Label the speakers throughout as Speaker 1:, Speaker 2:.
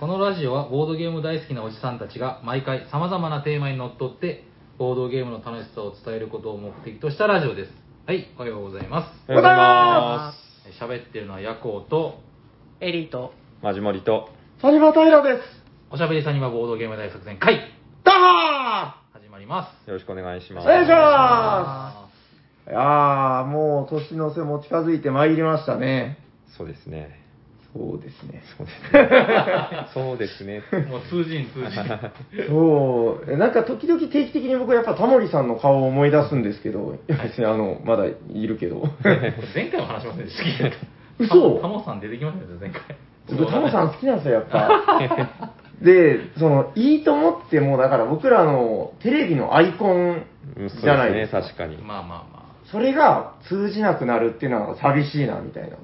Speaker 1: このラジオはボードゲーム大好きなおじさんたちが毎回様々なテーマにのっとってボードゲームの楽しさを伝えることを目的としたラジオですはいおはようございま
Speaker 2: おはようございます
Speaker 1: 喋ってるのは夜行と
Speaker 3: エリート。
Speaker 2: す。マジモリと。
Speaker 4: サニバタイラです。
Speaker 1: おしゃべりさんにはボードゲーム大作戦会
Speaker 4: ダハ
Speaker 1: 始まりま
Speaker 2: よろしくお願いし
Speaker 4: ー
Speaker 2: ます。
Speaker 4: お願いし
Speaker 1: す
Speaker 4: まーす。あー、もう年の瀬も近づいてまいりましたね。
Speaker 2: そうですね。
Speaker 4: そうですね。
Speaker 2: そうですね。そうですね。
Speaker 1: もう通じん通じん
Speaker 4: そう、えなんか時々定期的に僕やっぱタモリさんの顔を思い出すんですけど、別 にあの、まだいるけ ど。
Speaker 1: 前回も話しませんでしたっけ
Speaker 4: 嘘
Speaker 1: タモさん出てきましたよね前回
Speaker 4: 僕タモさん好きなんですよ、やっ ぱ。で、その、いいと思ってもうだから僕らのテレビのアイコン
Speaker 2: うんそう
Speaker 4: じゃない
Speaker 2: で
Speaker 4: ですすか。
Speaker 2: ね、確かに。
Speaker 1: まあまあま
Speaker 4: それが通じなくなるっていうのは寂しいな、みたいな。
Speaker 1: あ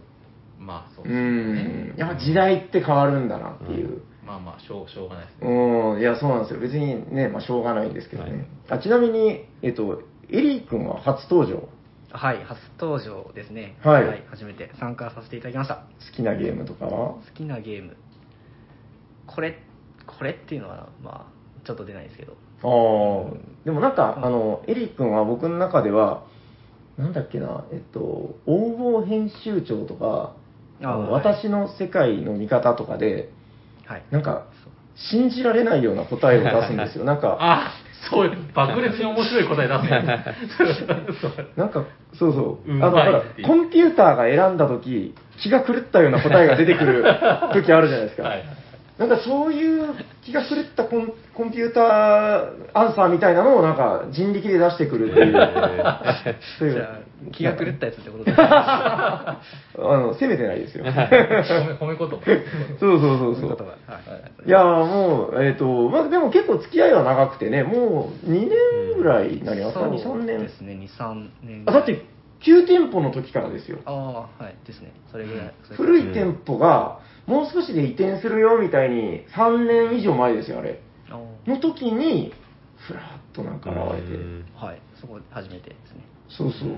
Speaker 1: まあそう
Speaker 4: う
Speaker 1: ですね
Speaker 4: ん、やっぱ時代って変わるんだなっていう。
Speaker 1: まあまあしょうしょうがないですね
Speaker 4: うん、いや、そうなんですよ。別にね、まあ、しょうがないんですけどね。あちなみに、えっと、エリー君は初登場。
Speaker 3: はい、初登場ですね。
Speaker 4: はい
Speaker 3: 初めて参加させていただきました。
Speaker 4: 好きなゲームとかは
Speaker 3: 好きなゲーム。これ、これっていうのは、まあ、ちょっと出ないですけど。
Speaker 4: ああ、でもなんか、あの、エリー君は僕の中では、なんだっけな、えっと、応募編集長とか、
Speaker 3: あ
Speaker 4: あの
Speaker 3: はい
Speaker 4: 私の世界の見方とかで、
Speaker 3: はい。
Speaker 4: なんか、信じられないような答えを出すんですよ。なん か、
Speaker 1: あそうよ爆裂に面白い答え出すねそう
Speaker 4: なんか、そうそう。
Speaker 1: うん
Speaker 4: あの、ほ
Speaker 1: は
Speaker 4: ら
Speaker 1: いっていう、
Speaker 4: コンピューターが選んだとき、気が狂ったような答えが出てくる時あるじゃないですか。
Speaker 1: はい
Speaker 4: なんかそういう気が狂ったコンコンピューターアンサーみたいなのをなんか人力で出してくるっていうそういう。
Speaker 3: じゃあ、気が狂ったやつってことですか
Speaker 4: あの、責めてないですよ。
Speaker 1: 褒め褒め言葉
Speaker 4: そうそうそう
Speaker 3: 言葉
Speaker 4: そう。
Speaker 3: はい
Speaker 4: いやーもう、えっ、と、まあでも結構付き合いは長くてね、もう2年ぐらいになりますか、2、3
Speaker 3: そう
Speaker 4: 年
Speaker 3: で。すね、2、3年。
Speaker 4: あ、だって、旧店舗の時からですよ。
Speaker 3: ああ、はい、ですね。それぐらい。それぐらい
Speaker 4: 古い店舗が、もう少しで移転するよみたいに、3年以上前ですよ、あれ。
Speaker 3: あ
Speaker 4: の時に、ふらっとなんか現れて。
Speaker 3: あはい、そこ初めてですね。
Speaker 4: そうそう。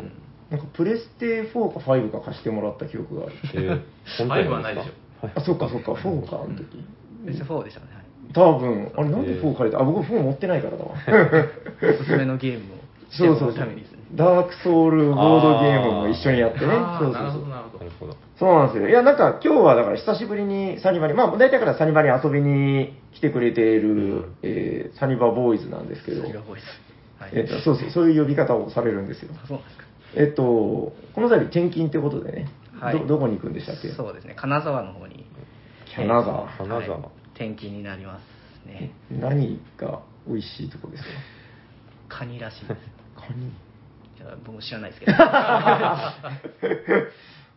Speaker 4: なんかプレステ4か5か貸してもらった記憶がある。
Speaker 2: 本
Speaker 1: ファイブはないでしょ
Speaker 4: あ、そっかそっか、4か、あの時。
Speaker 3: ベスト4でしたね。はい
Speaker 4: 多分、あれなんで4借りたあ、僕4持ってないからだわ。
Speaker 3: おすすめのゲームをして
Speaker 4: そう
Speaker 3: も
Speaker 4: そ
Speaker 3: ら
Speaker 4: う
Speaker 3: う
Speaker 4: そ
Speaker 3: た
Speaker 4: う
Speaker 3: めにですね。。
Speaker 4: ダークソウルボードゲームも一緒にやってね。
Speaker 1: あ
Speaker 4: そ
Speaker 1: ー
Speaker 4: うそ
Speaker 1: なる
Speaker 4: うそ
Speaker 1: ほど
Speaker 4: う。
Speaker 1: なるほど
Speaker 2: なるほど。
Speaker 4: そうなんですよ。いや、なんか今日はだから久しぶりにサニバに、まあ大体からサニバに遊びに来てくれている、えーサニバボーイズなんですけど、
Speaker 3: それが多いです。はい。
Speaker 4: えっと、そうそう、そういう呼び方をされるんですよ。
Speaker 3: あそうなんですか。
Speaker 4: えっと、この度転勤ってことでね、
Speaker 3: はい
Speaker 4: どどこに行くんでしたっけ
Speaker 3: そうですね、金沢の方に。
Speaker 4: 金沢
Speaker 3: えー
Speaker 2: 金沢
Speaker 3: はい転勤になりますね。
Speaker 4: 何が美味しいとこですか
Speaker 3: カニらしいです。
Speaker 4: カニ。
Speaker 3: いや僕も知らないですけど。
Speaker 4: あ
Speaker 3: は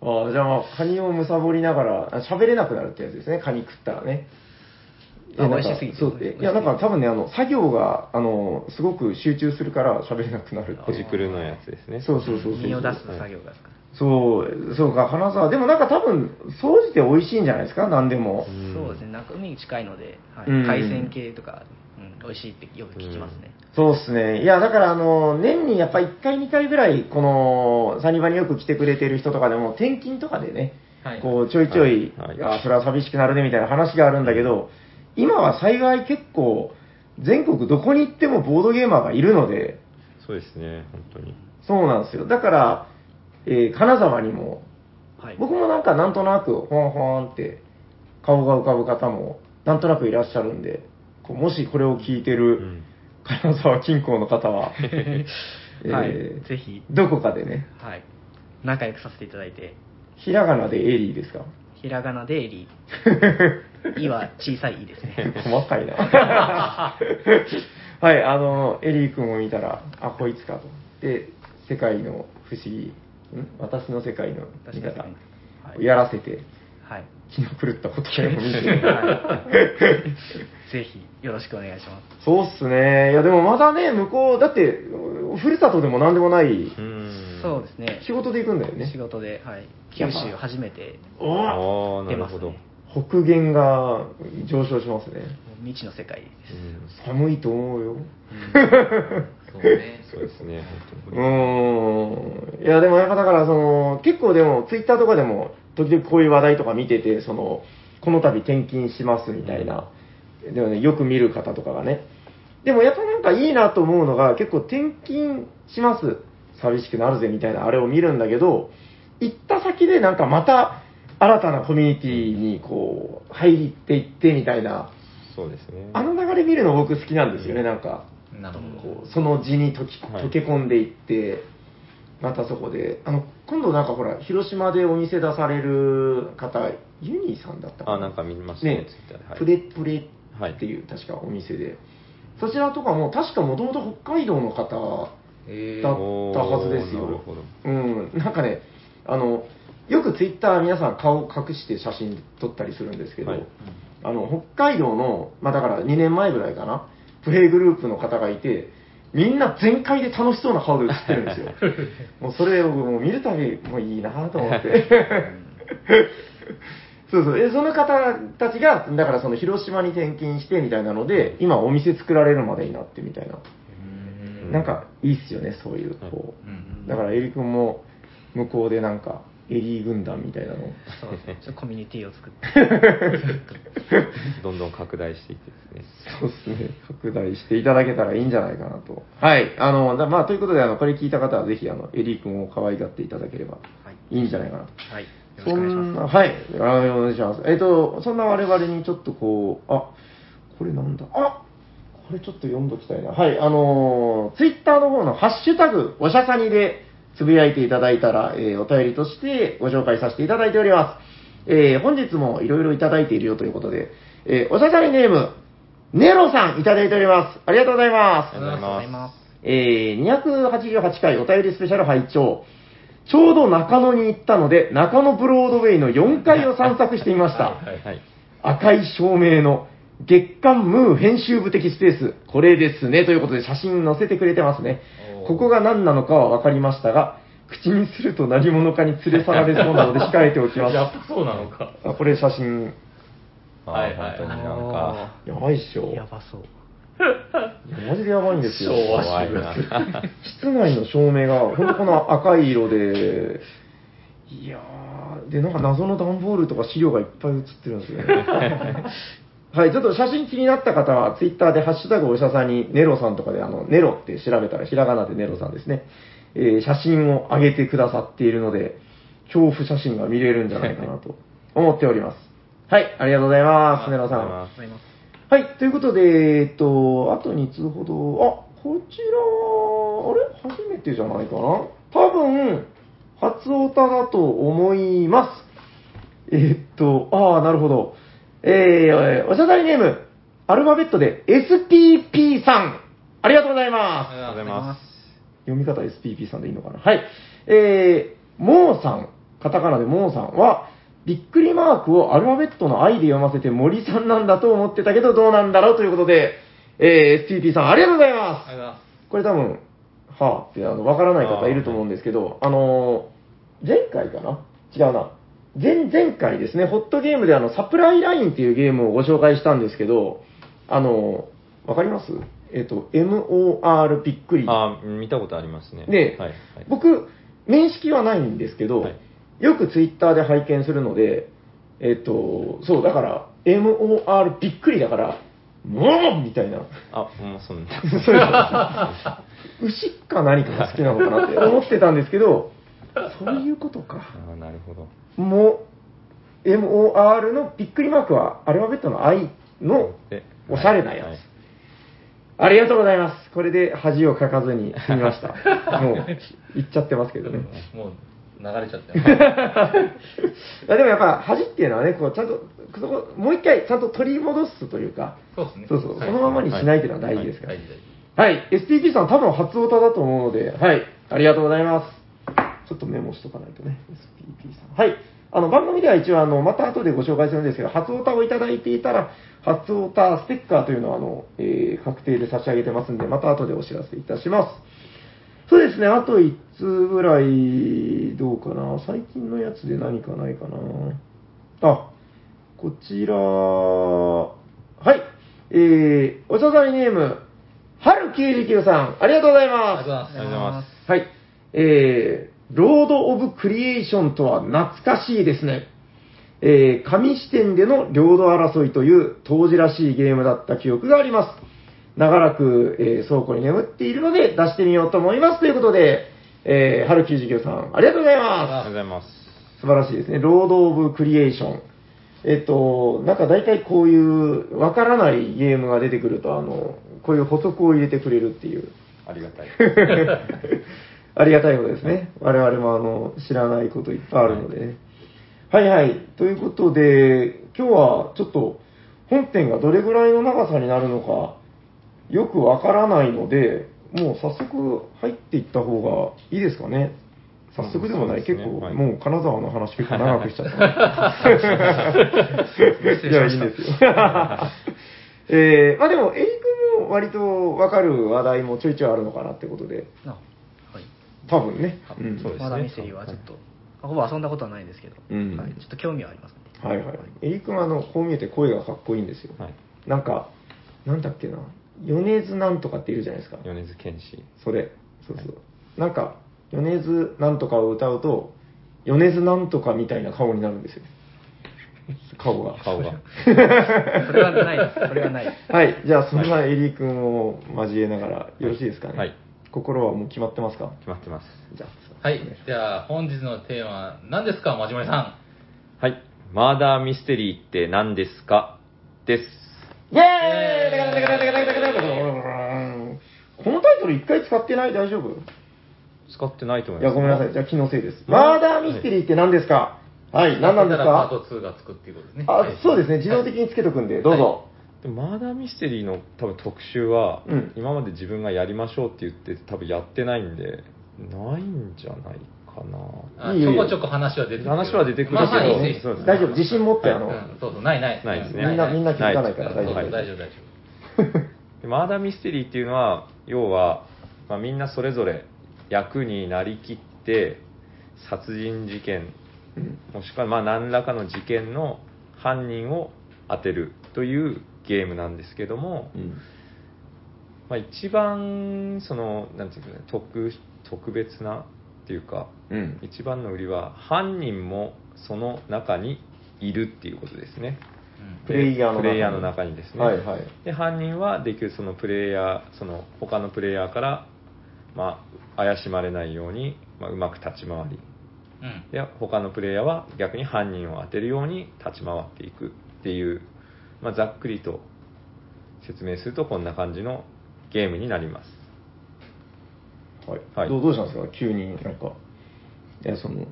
Speaker 4: あ、じゃあまあ、カニをむさぼりながら、あ喋れなくなるってやつですね、カニ食ったらね。
Speaker 3: あ
Speaker 4: えなんか
Speaker 3: 美味しすぎて
Speaker 4: そうえ
Speaker 3: 美味しすぎて
Speaker 4: いや、なんか多分ね、あの、作業が、あの、すごく集中するから喋れなくなるっ
Speaker 2: ほ
Speaker 4: てい
Speaker 2: じ
Speaker 4: う。
Speaker 2: くるのやつですね。
Speaker 4: そうそうそうそう。
Speaker 3: 身を出す作業がですか。
Speaker 4: そう、そうか、金沢。でもなんか多分、総じて美味しいんじゃないですか、何でも。
Speaker 2: ん
Speaker 3: そうですね、中海に近いので、はい
Speaker 4: うん
Speaker 3: 海鮮系とか、うん、美味しいってよく聞きますね。
Speaker 4: そうっすね。いや、だから、あの、年にやっぱ1回、2回ぐらい、この、サニバによく来てくれてる人とかでも、転勤とかでね、
Speaker 1: はい
Speaker 4: こう、ちょいちょい、
Speaker 2: はいはい
Speaker 4: あそれは寂しくなるね、みたいな話があるんだけど、今は幸い結構、全国どこに行ってもボードゲーマーがいるので、
Speaker 2: そうですね、本当に。
Speaker 4: そうなんですよ。だから、えー金沢にも、
Speaker 3: はい。
Speaker 4: 僕もなんかなんとなく、ほんほんって、顔が浮かぶ方も、なんとなくいらっしゃるんで、こうもしこれを聞いて
Speaker 2: う
Speaker 4: る、
Speaker 2: ん。
Speaker 4: 金沢近郊の方 は、えー
Speaker 3: はい、ぜひ、
Speaker 4: どこかでね、
Speaker 3: はい、仲良くさせていただいて、
Speaker 4: ひらがなでエリーですか
Speaker 3: ひらがなでエリー、いは小さいいです ね。
Speaker 4: 細かいな。 はい、あの、エリー君を見たら、あ、こいつかと。で、世界の不思議、ん私の世界の見
Speaker 3: 私の世
Speaker 4: 方
Speaker 3: 界のは、い
Speaker 4: やらせて、
Speaker 3: はい。
Speaker 4: 気の狂った答えを見て。
Speaker 3: はい、ぜひ、よろしくお願いしま す。
Speaker 4: そうっすね。いや、でもまだね、向こう、だって、ふるさとでも何でもない、
Speaker 2: うん。
Speaker 3: そうですね。
Speaker 4: 仕事で行くんだよね
Speaker 3: 仕。事で、はい。九州初めて
Speaker 2: あ
Speaker 4: おお
Speaker 2: あ、な
Speaker 3: 出
Speaker 2: る
Speaker 3: ます
Speaker 2: ほ
Speaker 3: ね。
Speaker 2: ど。
Speaker 3: も
Speaker 4: 北限が上昇しますね。
Speaker 3: う未知の世界で
Speaker 2: うん
Speaker 4: 寒いと思うよ。
Speaker 1: そうね
Speaker 2: そうですね、
Speaker 4: う
Speaker 2: 本
Speaker 4: ーん。いや、でもやっぱだから、その、結構でも、ツイッターとかでも、時々こういう話題とか見てて、その、この度転勤しますみたいな、でもね、よく見る方とかがね。でもやっぱなんかいいなと思うのが、結構転勤します。寂しくなるぜみたいなあれを見るんだけど、行った先でなんかまた新たなコミュニティにこう、入っていってみたいな、
Speaker 2: そうですね。
Speaker 4: あの流れ見るの僕好きなんですよね、なんか。
Speaker 1: なるほど。
Speaker 4: こうその地に溶き
Speaker 2: はい
Speaker 4: 溶け込んでいって、またそこであの今度なんかほら広島でお店出される方ユニさんだった
Speaker 2: あ、なんか見ました
Speaker 4: ね
Speaker 2: ツイッターではい
Speaker 4: プレプレっていう確かお店で、そちらとかも確かもともと北海道の方
Speaker 1: え
Speaker 4: だっ
Speaker 1: ー、
Speaker 4: たはずです
Speaker 2: おーなる
Speaker 4: よ
Speaker 2: ほど。
Speaker 4: うん、なんかね、あの、よくツイッター皆さん顔隠して写真撮ったりするんですけど、
Speaker 2: はい
Speaker 4: あの、北海道の、まあだから2年前ぐらいかな、プレイグループの方がいて、みんな全開で楽しそうな顔で写ってるんですよ。もうそれをもう見るたび、もういいなと思って。そうそう。え、その方たちが、だからその広島に転勤してみたいなので、今お店作られるまでになってみたいな。
Speaker 1: うん
Speaker 4: なんかいいっすよね、そういう、こう。だからエリ君も向こうでなんかエリー軍団みたいなの
Speaker 3: そうです ねちょっとコミュニティを作って
Speaker 2: どんどん拡大していってですね。
Speaker 4: そうですね拡大していただけたらいいんじゃないかなとはいあのだまあということであのこれ聞いた方はぜひあのエリー君を可愛がっていただければ
Speaker 3: はい
Speaker 4: いいんじゃないかなと
Speaker 3: はいよろしく
Speaker 4: そ
Speaker 3: お願いし
Speaker 4: ん
Speaker 3: ま
Speaker 4: なはいあのお願いしますえっ、とそんな我々にちょっとこうあこれなんだあこれちょっと読んどきたいなはいあのツイッターの方の「ハッシュタグおしゃさに」でつぶやいていただいたら、えーお便りとしてご紹介させていただいております、えー本日もいろいろいただいているよということで、えーおしゃさにネームネロさんいただいておりますありがとうございます
Speaker 2: ありがとうございます
Speaker 4: えー288回お便りスペシャル拝聴ちょうど中野に行ったので、中野ブロードウェイの4階を散策してみました。
Speaker 1: はい
Speaker 2: はい。
Speaker 4: 赤い照明の月刊ムー編集部的スペース、これですね。ということで写真載せてくれてますね
Speaker 1: おー。
Speaker 4: ここが何なのかは分かりましたが、口にすると何者かに連れ去られそう なので控えておきます。
Speaker 1: やっぱそうなのか。
Speaker 4: あこれ写真、
Speaker 2: あー
Speaker 1: はいはい
Speaker 2: 本当になんか、
Speaker 4: やばいっしょ。
Speaker 3: すやばそう
Speaker 4: マジでやばいんですよ。
Speaker 1: 昭和
Speaker 2: 怖いな。
Speaker 4: 室内の照明が、ほんとこの赤い色で、いやー、で、なんか謎の段ボールとか資料がいっぱい写ってるんですよね。はい、ちょっと写真気になった方は、ツイッターでハッシュタグお医者さんに、ネロさんとかで、あの、ネロって調べたら、ひらがなでネロさんですね。えー写真を上げてくださっているので、恐怖写真が見れるんじゃないかなと思っております。はい、ありがとうございます、ネロさ
Speaker 2: ありがとうございます
Speaker 4: ん。
Speaker 3: ございます
Speaker 4: はい、ということで、えっと、あと2通ほど、あ、こちら、あれ初めてじゃないかな多分、初オタだと思います。えっと、ああ、なるほど。えー、おしゃだりネーム、アルファベットで SPP さん。ありがとうございま
Speaker 2: あ
Speaker 4: す。
Speaker 2: りがとうございます。
Speaker 4: 読み方 SPP さんでいいのかな。はい。えー、モーさん、カタカナでモーさんは、びっくりマークをアルファベットの I で読ませて森さんなんだと思ってたけどどうなんだろうということで、えー、SPP さんありがとうございます
Speaker 1: ありがとうございます。
Speaker 4: これ多分、はぁって、あの、わからない方いると思うんですけど、あのー前回かな違うな。前々回ですね、ホットゲームであの、サプライラインっていうゲームをご紹介したんですけど、あのーわかりますえっ、と、MOR びっくり。
Speaker 2: あー見たことありますね。
Speaker 4: で
Speaker 2: はい。はい
Speaker 4: 僕、面識はないんですけど、
Speaker 2: はい
Speaker 4: よくツイッターで拝見するので、えっ、と、そう、だから、MOR びっくりだから、もうみたいな。
Speaker 2: あ、もうそんな。
Speaker 4: そういう牛か何かが好きなのか なって思ってたんですけど、そういうこと
Speaker 2: あ
Speaker 4: か。
Speaker 2: ーなるほど。
Speaker 4: もう、MOR のびっくりマークは、アルファベットの I の
Speaker 2: で
Speaker 4: おしゃれなやつ
Speaker 2: はい
Speaker 4: ありがとうございます。これで恥をかかずに済みま した。もう、言っちゃってますけどね。
Speaker 1: もう流れちゃってます。
Speaker 4: いやでもやっぱ恥っていうのはね、こうちゃんと、そこもう一回ちゃんと取り戻すというか、
Speaker 1: そうですね。
Speaker 4: そうそう、
Speaker 1: は
Speaker 4: そ
Speaker 1: い
Speaker 4: のままにしないっていうのは大事ですから
Speaker 1: 大。事大事。
Speaker 4: はい、SPP さん多分初オタだと思うので、はい、ありがとうございます。ちょっとメモしとかないとね、SPP さん。はい、あの番組では一応あの、また後でご紹介するんですけど、初オタをいただいていたら、初オタステッカーというのをあの、えー確定で差し上げてますんで、また後でお知らせいたします。そうですね、あと1通ぐらい、どうかな、最近のやつで何かないかな。あ、こちら、はい、えー、お茶ざりネーム、はる99さん、ありがとうござい
Speaker 1: ありが
Speaker 4: ま
Speaker 1: とうございます
Speaker 2: ありがとうございます。
Speaker 4: す。はい、えー、ロード・オブ・クリエーションとは懐かしいですね。えー紙視点での領土争いという当時らしいゲームだった記憶があります。長らく、えー倉庫に眠っているので出してみようと思います。ということで、えー、春99さん、ありがとうございます。
Speaker 2: ありがとうございます。
Speaker 4: 素晴らしいですね。ロード・オブ・クリエーション。えっと、なんか大体こういう、わからないゲームが出てくると、あの、こういう補足を入れてくれるっていう。
Speaker 2: ありがたい。
Speaker 4: ありがたいことですね。我々もあの、知らないこといっぱいあるのでね。はいはい。ということで、今日はちょっと、本編がどれぐらいの長さになるのか、よくわからないので、もう早速入っていった方がいいですかね。早速でもな
Speaker 2: う
Speaker 4: い、
Speaker 2: んそう
Speaker 4: 結
Speaker 2: ですね
Speaker 4: 構、
Speaker 2: はい
Speaker 4: もう金沢の話結構長くしちゃったな。いや、いい
Speaker 3: 失礼し
Speaker 4: ん
Speaker 3: ま
Speaker 4: ですよ
Speaker 3: し。
Speaker 4: えー、まあでも、エリ君も割とわかる話題もちょいちょいあるのかなってことで、
Speaker 3: た。あはい。
Speaker 4: 多分ね。
Speaker 2: あ
Speaker 4: うん
Speaker 2: そうですね
Speaker 3: まだミステリーはちょっと、ほぼ遊んだことはないんですけど、
Speaker 4: うん
Speaker 3: はい、ちょっと興味はありますね。
Speaker 4: はいはい。エリ君はあの、こう見えて声がかっこいいんですよ。
Speaker 2: はい。
Speaker 4: なんか、なんだっけな、米津なんとかっているじゃないですか。
Speaker 2: 米津玄師。
Speaker 4: それ。そうそう。なんか、米津なんとかを歌うと、米津なんとかみたいな顔になるんですよ。 顔が。
Speaker 2: 顔 が。
Speaker 3: それはないです。それはないです。
Speaker 4: はい。じゃあ、そんなエリー君を交えながら、よろしいですかね。
Speaker 2: はい。
Speaker 4: 心はもう決まってますか
Speaker 2: 決まってます。
Speaker 4: じゃあ。
Speaker 1: はい。じゃあ、本日のテーマ、何ですか、まじまりさん。
Speaker 2: はい。マーダーミステリーって何ですかです。
Speaker 4: イェーイテカテカテカテカテカテカテカこのタイトル一回使ってない大丈夫
Speaker 2: 使ってないと思い
Speaker 4: い
Speaker 2: ます。
Speaker 4: や、ごめんなさい。じゃあ気のせいです。マーダーミステリーって何ですかはい、何なんです
Speaker 1: だったら
Speaker 4: か
Speaker 1: パート2がつくっていうことですね。
Speaker 4: あ
Speaker 1: はい、
Speaker 4: そうですね。自動的につけとくんで、どうぞ。
Speaker 2: でマーダーミステリーの多分特集は、
Speaker 4: うん
Speaker 2: 今まで自分がやりましょうって言って多分やってないんでないんじゃないかな
Speaker 1: あ
Speaker 4: いいよいい
Speaker 1: ちょ
Speaker 4: よ
Speaker 1: こちょこ話は出てくる。
Speaker 2: 話は出てくるけ
Speaker 1: ま
Speaker 2: ど
Speaker 1: あまあいい
Speaker 2: ね
Speaker 1: です
Speaker 2: そうですね
Speaker 4: 大丈夫。自信持って、あ
Speaker 1: う
Speaker 4: の、
Speaker 1: んそうそう、ないない。
Speaker 2: ないですね
Speaker 4: みんな、みんな気づかない
Speaker 1: うん
Speaker 4: から
Speaker 1: そう
Speaker 4: 大
Speaker 1: そ
Speaker 4: 丈
Speaker 1: う
Speaker 4: 夫。
Speaker 1: 大丈夫、大丈
Speaker 2: でマーダーミステリーっていうのは要は、まあ、みんなそれぞれ役になりきって殺人事件
Speaker 4: うん
Speaker 2: もしくはまあ何らかの事件の犯人を当てるというゲームなんですけども、まあ、一番そのなんていうかね特特別なっていうか
Speaker 4: うん。
Speaker 2: 一番の売りは犯人もその中にいるっていうことですね
Speaker 1: 夫。
Speaker 4: プレイヤーの中に
Speaker 2: プレイヤーの中にですね、
Speaker 4: はいはい。
Speaker 2: で犯人はできるそのプレイヤーその他のプレイヤーから、まあ、怪しまれないように、まあ、うまく立ち回り
Speaker 1: うんうん。
Speaker 2: で他のプレイヤーは逆に犯人を当てるように立ち回っていくっていう、まあ、ざっくりと説明するとこんな感じのゲームになります
Speaker 4: は。
Speaker 2: はいい
Speaker 4: どうどうしたんですか急になんか。いや、その、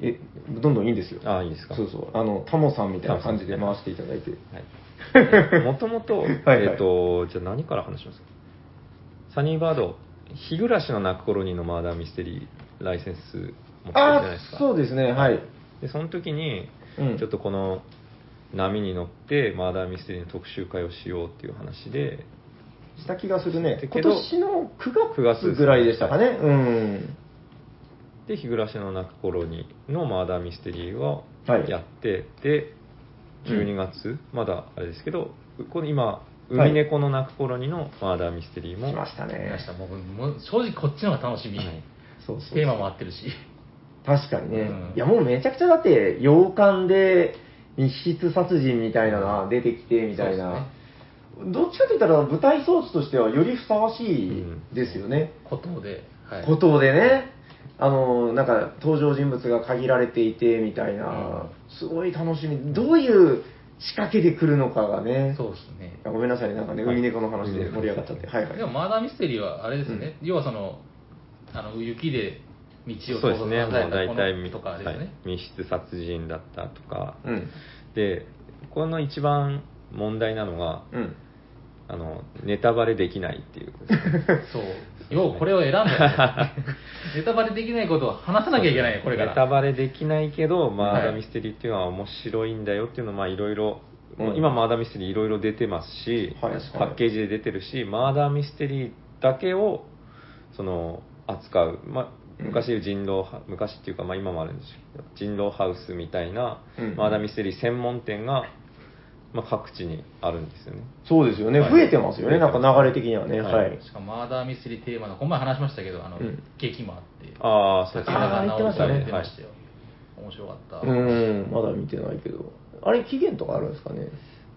Speaker 4: え、どんどんいいんですよ。
Speaker 2: ああいいですか
Speaker 4: そうそう。あの、タモさんみたいな感じで回していただいて。
Speaker 2: はい、もともと、
Speaker 4: はいはい
Speaker 2: えっ、と、じゃあ何から話しますかサニーバード、日暮らしの泣く頃にのマーダーミステリーライセンス持ってるじゃない
Speaker 4: あ
Speaker 2: です
Speaker 4: あ、
Speaker 2: か。
Speaker 4: そうですね。はい。
Speaker 2: で、その時に、
Speaker 4: うん
Speaker 2: ちょっとこの波に乗ってマーダーミステリーの特集会をしようっていう話で、
Speaker 4: した気がするね。
Speaker 2: だ
Speaker 4: 今
Speaker 2: けど
Speaker 4: 年の
Speaker 2: 9月
Speaker 4: 9月
Speaker 2: です
Speaker 4: ぐらいでしたかね。うん。
Speaker 2: で、日暮らしの泣く頃にのマーダーミステリーを
Speaker 4: はい
Speaker 2: やって、で、12月、まだあれですけど、この今、
Speaker 4: はい
Speaker 2: 海猫の泣く頃にのマーダーミステリーも、
Speaker 4: 来ました
Speaker 1: わかり
Speaker 4: ね
Speaker 1: まし。たもうもう正直こっちの方が楽しみ。
Speaker 2: はい
Speaker 4: そうそうそう
Speaker 1: テーマも合ってるし。
Speaker 4: 確かにね、
Speaker 1: うん
Speaker 4: いやもうめちゃくちゃだって洋館で密室殺人みたいなのが出てきてみたいな、どっちかと言ったら舞台装置としてはよりふさわしいですよね、
Speaker 1: ことで。はい。
Speaker 4: 孤島でねあのなんか登場人物が限られていてみたいな、すごい楽しみどういう仕掛けで来るのかがね
Speaker 1: そうですね。
Speaker 4: あごめんなさいなんかね
Speaker 2: はい
Speaker 4: 海猫の話で盛り上がっちゃって、はいはい
Speaker 1: でも、マーダーミステリーはあれですね、要はその、あの、雪で道を
Speaker 2: そうですね、
Speaker 1: 通
Speaker 2: もう
Speaker 1: され
Speaker 2: 大
Speaker 1: た
Speaker 2: 体
Speaker 1: もの
Speaker 2: み
Speaker 1: とかです
Speaker 2: は
Speaker 1: ね。
Speaker 2: い、密室殺人だったとか、
Speaker 4: うん
Speaker 2: で、この一番問題なのが、
Speaker 4: うん
Speaker 2: あのネタバレできないっていう、
Speaker 1: そう。よう、これを選んだ よね。ネタバレできないことを話さなきゃいけないよ、これか
Speaker 2: ネタ
Speaker 1: ら。
Speaker 2: バレできないけど、マー
Speaker 4: は
Speaker 2: ダ
Speaker 4: い
Speaker 2: ミステリーっていうのは面白いんだよっていうのは、まあいろいろ、
Speaker 4: うん
Speaker 2: 今、マーダミステリーいろいろ出てますし、
Speaker 4: はいはい
Speaker 2: パッケージで出てるし、マーダミステリーだけをその扱う、まあ、昔いう人狼ハ、昔っていうか、まあ、今もあるんですけど、人狼ハウスみたいな、
Speaker 4: うん
Speaker 2: マーダミステリー専門店が、まあ、各地にあるんですよね。
Speaker 4: そうですよね、
Speaker 2: はい
Speaker 4: 増えてますよね、なんか流れ的にはね、
Speaker 2: はい
Speaker 4: はい
Speaker 1: しかも、マーダーミステリーテーマの、この前話しましたけど、あの
Speaker 4: うん、
Speaker 1: 劇もあって、
Speaker 2: ああ、そう
Speaker 1: 竹
Speaker 2: ですね。
Speaker 1: 中直人が
Speaker 4: あー
Speaker 1: 出
Speaker 4: 言ってて
Speaker 1: ま
Speaker 4: ま
Speaker 1: し
Speaker 4: した
Speaker 1: よ。面白かった。
Speaker 4: うん、まだ見てないけど。あれ、期限とかあるんですかね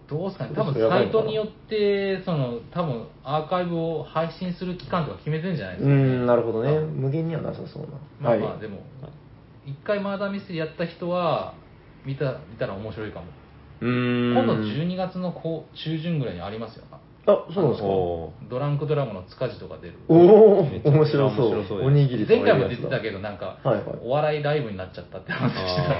Speaker 1: どうすかね、多分サイトによって、その、多分アーカイブを配信する期間とか決めてるんじゃないで
Speaker 4: う
Speaker 1: すか。
Speaker 4: ん、なるほどね。無限にはなさそうな。
Speaker 1: まあまあ、
Speaker 4: はい
Speaker 1: でも、一回マーダーミステリーやった人は、見た、見たら面白いかも。
Speaker 4: うーん。
Speaker 1: 今度12月の後中旬ぐらいにありますよな。
Speaker 4: あ、そうなんですか。お
Speaker 2: お
Speaker 1: ドランクドラゴンの塚地とか出る。
Speaker 4: おー
Speaker 2: めちゃ
Speaker 4: 面
Speaker 2: めちゃ
Speaker 4: 白そう。
Speaker 2: 面白そうです
Speaker 4: おにぎりとかい
Speaker 1: 前
Speaker 4: う
Speaker 1: 回も
Speaker 4: やつ
Speaker 1: 出てたけど、なんか、
Speaker 4: はいはい
Speaker 1: お笑いライブになっちゃったって話してたね。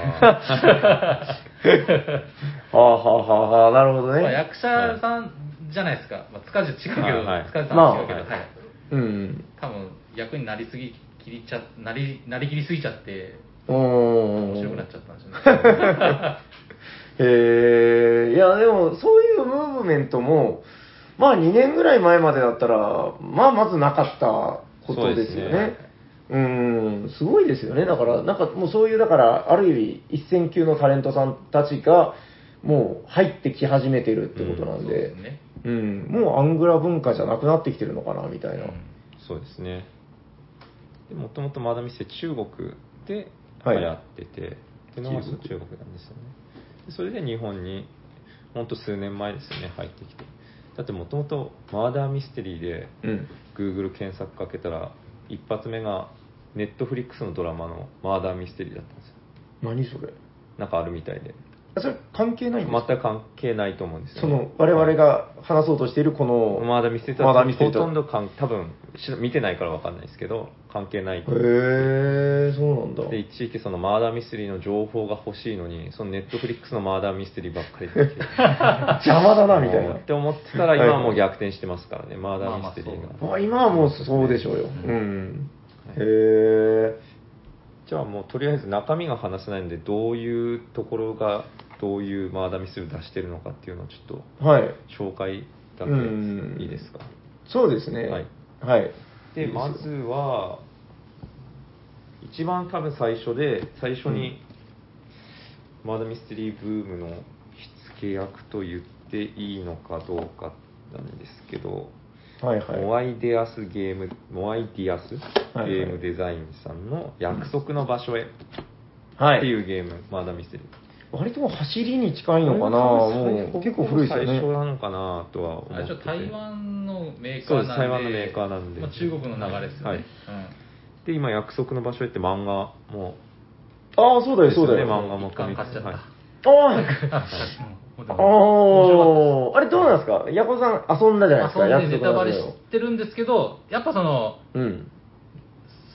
Speaker 2: ー
Speaker 4: はあはあはあはあ、なるほどね。
Speaker 1: まあ役者さんじゃないですか、まあ、塚地違うけど、
Speaker 2: はいはい
Speaker 1: 塚地さんは違うけど、
Speaker 4: まあ
Speaker 1: はい
Speaker 4: うん。
Speaker 1: 多分役になりすぎきりちゃなりなりきりすぎちゃって
Speaker 4: うーん。
Speaker 1: 面白くなっちゃったんですよね。
Speaker 4: へえ、いや、でも、そういうムーブメントも、まあ、2年ぐらい前までだったら、まあ、まずなかったことです
Speaker 2: そうです
Speaker 4: よね
Speaker 2: ね。
Speaker 4: うーん、すごいですよね。だから、なんか、もうそういう、だから、ある意味、一線級のタレントさんたちが、もう入ってき始めてるってことなん
Speaker 1: そう
Speaker 4: で、
Speaker 1: ですね。
Speaker 4: うん、もうアングラ文化じゃなくなってきてるのかな、みたいな。
Speaker 2: そうですねでもともとマダミステ中国で
Speaker 4: は
Speaker 2: 流
Speaker 4: い
Speaker 2: 行ってて、でノマスの中国なんですよねでそれで日本にほんと数年前ですよね入ってきてだってもともとマーダーミステリーで
Speaker 4: うん。
Speaker 2: Google 検索かけたら一発目が Netflix のドラマのマーダーミステリーだったんですよ
Speaker 4: 何それ
Speaker 2: なんかあるみたいで
Speaker 4: あそれ関係ないん
Speaker 2: 全
Speaker 4: です
Speaker 2: く
Speaker 4: か、
Speaker 2: 関係ないと思うんですよ、
Speaker 4: そ
Speaker 2: ね、
Speaker 4: の、我々が話そうとしているこの、
Speaker 2: マーダーミステリーと
Speaker 4: マーダ
Speaker 2: は
Speaker 4: ーミステリ
Speaker 2: ほ
Speaker 4: ーと
Speaker 2: とんど関多分知ら見てないからわかんないですけど関係ないと思う
Speaker 4: へえ、そうなんだ。
Speaker 2: で一時期そのマーダーミステリーの情報が欲しいのにそのネットフリックスのマーダーミステリーばっかり出てきて
Speaker 4: 邪魔だな、みたい
Speaker 2: もう
Speaker 4: な
Speaker 2: っ。て思ってたら今はもう逆転してますからねマーダーミステリーが、
Speaker 1: まあ
Speaker 4: まあ、今はもうそうでしょうよ。うん。へえ。
Speaker 2: じゃあもうとりあえず中身が話せないんでどういうところがどういうマーダーミステリーを出してるのかっていうのをちょっ
Speaker 4: はい。
Speaker 2: と紹介だ
Speaker 4: うん
Speaker 2: けいいですか
Speaker 4: そうですね。
Speaker 2: はい。
Speaker 4: はい。
Speaker 2: で
Speaker 4: いいすよ
Speaker 2: まずは一番多分最初で最初に、マーダーミステリーブームの火付け役と言っていいのかどうかなんですけど、
Speaker 4: はいはい。
Speaker 2: モアイデアスゲームモアイディアス
Speaker 4: はい
Speaker 2: ゲームデザインさんの「約束の場所へ」
Speaker 4: はい
Speaker 2: っていうゲーム、マーダーミステリー
Speaker 4: 割ともう走りに近いのかなもう結構古いですよ
Speaker 2: 最初
Speaker 4: ね。
Speaker 2: なのかなとは思って
Speaker 1: あれちょっと台湾のメーカーなんで、
Speaker 2: そうです台湾のメーカーなんで
Speaker 1: まあ、中国の流れですよね。
Speaker 2: はいで今「約束の場所へ」って漫画も
Speaker 4: ああ、そうだよ、そうだ
Speaker 2: ですよね漫
Speaker 4: よ。
Speaker 2: 画も
Speaker 1: 一巻買っちゃった
Speaker 2: はい
Speaker 4: あ
Speaker 1: うん、あ
Speaker 4: あ、ああ、あれどうなんですかヤコさん遊んだじゃないですか、
Speaker 1: 遊んでネタバレ
Speaker 4: 約
Speaker 1: 知
Speaker 4: 束の
Speaker 1: ってるんですけど、やっぱその、
Speaker 4: 場所うん。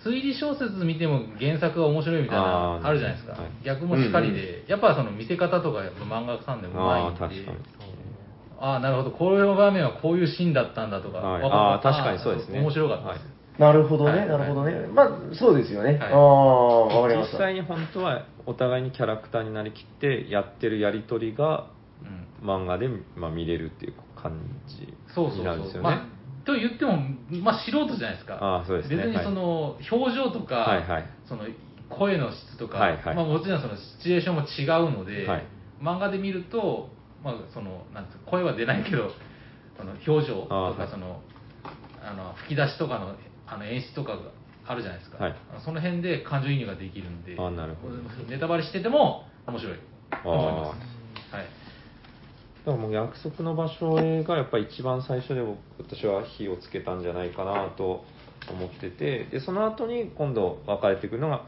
Speaker 1: 推理小説見ても原作が面白いみたい
Speaker 2: あ
Speaker 1: な
Speaker 2: ー
Speaker 1: あるじゃないですか、
Speaker 2: はい
Speaker 1: 逆もしかりで、
Speaker 4: う
Speaker 1: やっぱその見せ方とかやっぱ漫画家さんでも
Speaker 2: ああ
Speaker 1: うまい
Speaker 2: 確
Speaker 1: んで
Speaker 2: かに
Speaker 1: ああなるほどこういう場面はこういうシーンだったんだとか、
Speaker 2: はい
Speaker 1: わかった
Speaker 2: あー確かにそうですね
Speaker 1: 面白かったです、
Speaker 4: なるほど
Speaker 1: は
Speaker 4: ね、
Speaker 1: い
Speaker 4: なるほどね。まあ、そうですよね。
Speaker 1: はい
Speaker 4: ああ、わかりました。
Speaker 2: 実際に本当はお互いにキャラクターになりきってやってるやり取りが
Speaker 1: うん
Speaker 2: 漫画で、まあ、見れるっていう感じ
Speaker 1: そうそう
Speaker 2: になるんです
Speaker 1: そう、
Speaker 2: よね。
Speaker 1: まあ、と言っても、まあ、素人じゃないですか
Speaker 2: あーそうですね
Speaker 1: 別にその、表情とか、
Speaker 2: はいはい
Speaker 1: その声の質とか、
Speaker 2: はいはい
Speaker 1: まあ、もちろんそのシチュエーションも違うので、
Speaker 2: はい
Speaker 1: 漫画で見ると、まあ、そのなんていうか声は出ないけどその表情と
Speaker 2: あーは
Speaker 1: か
Speaker 2: い
Speaker 1: そのあの吹き出しとかのあの演出とかがあるじゃないですか、
Speaker 2: はい
Speaker 1: その辺で感情移入ができるんで
Speaker 2: あーなるほど
Speaker 1: ネタバレしてても面白いと思います。はい
Speaker 2: だからもう約束の場所へがやっぱり一番最初で僕私は火をつけたんじゃないかなと思っててでその後に今度分かれていくのが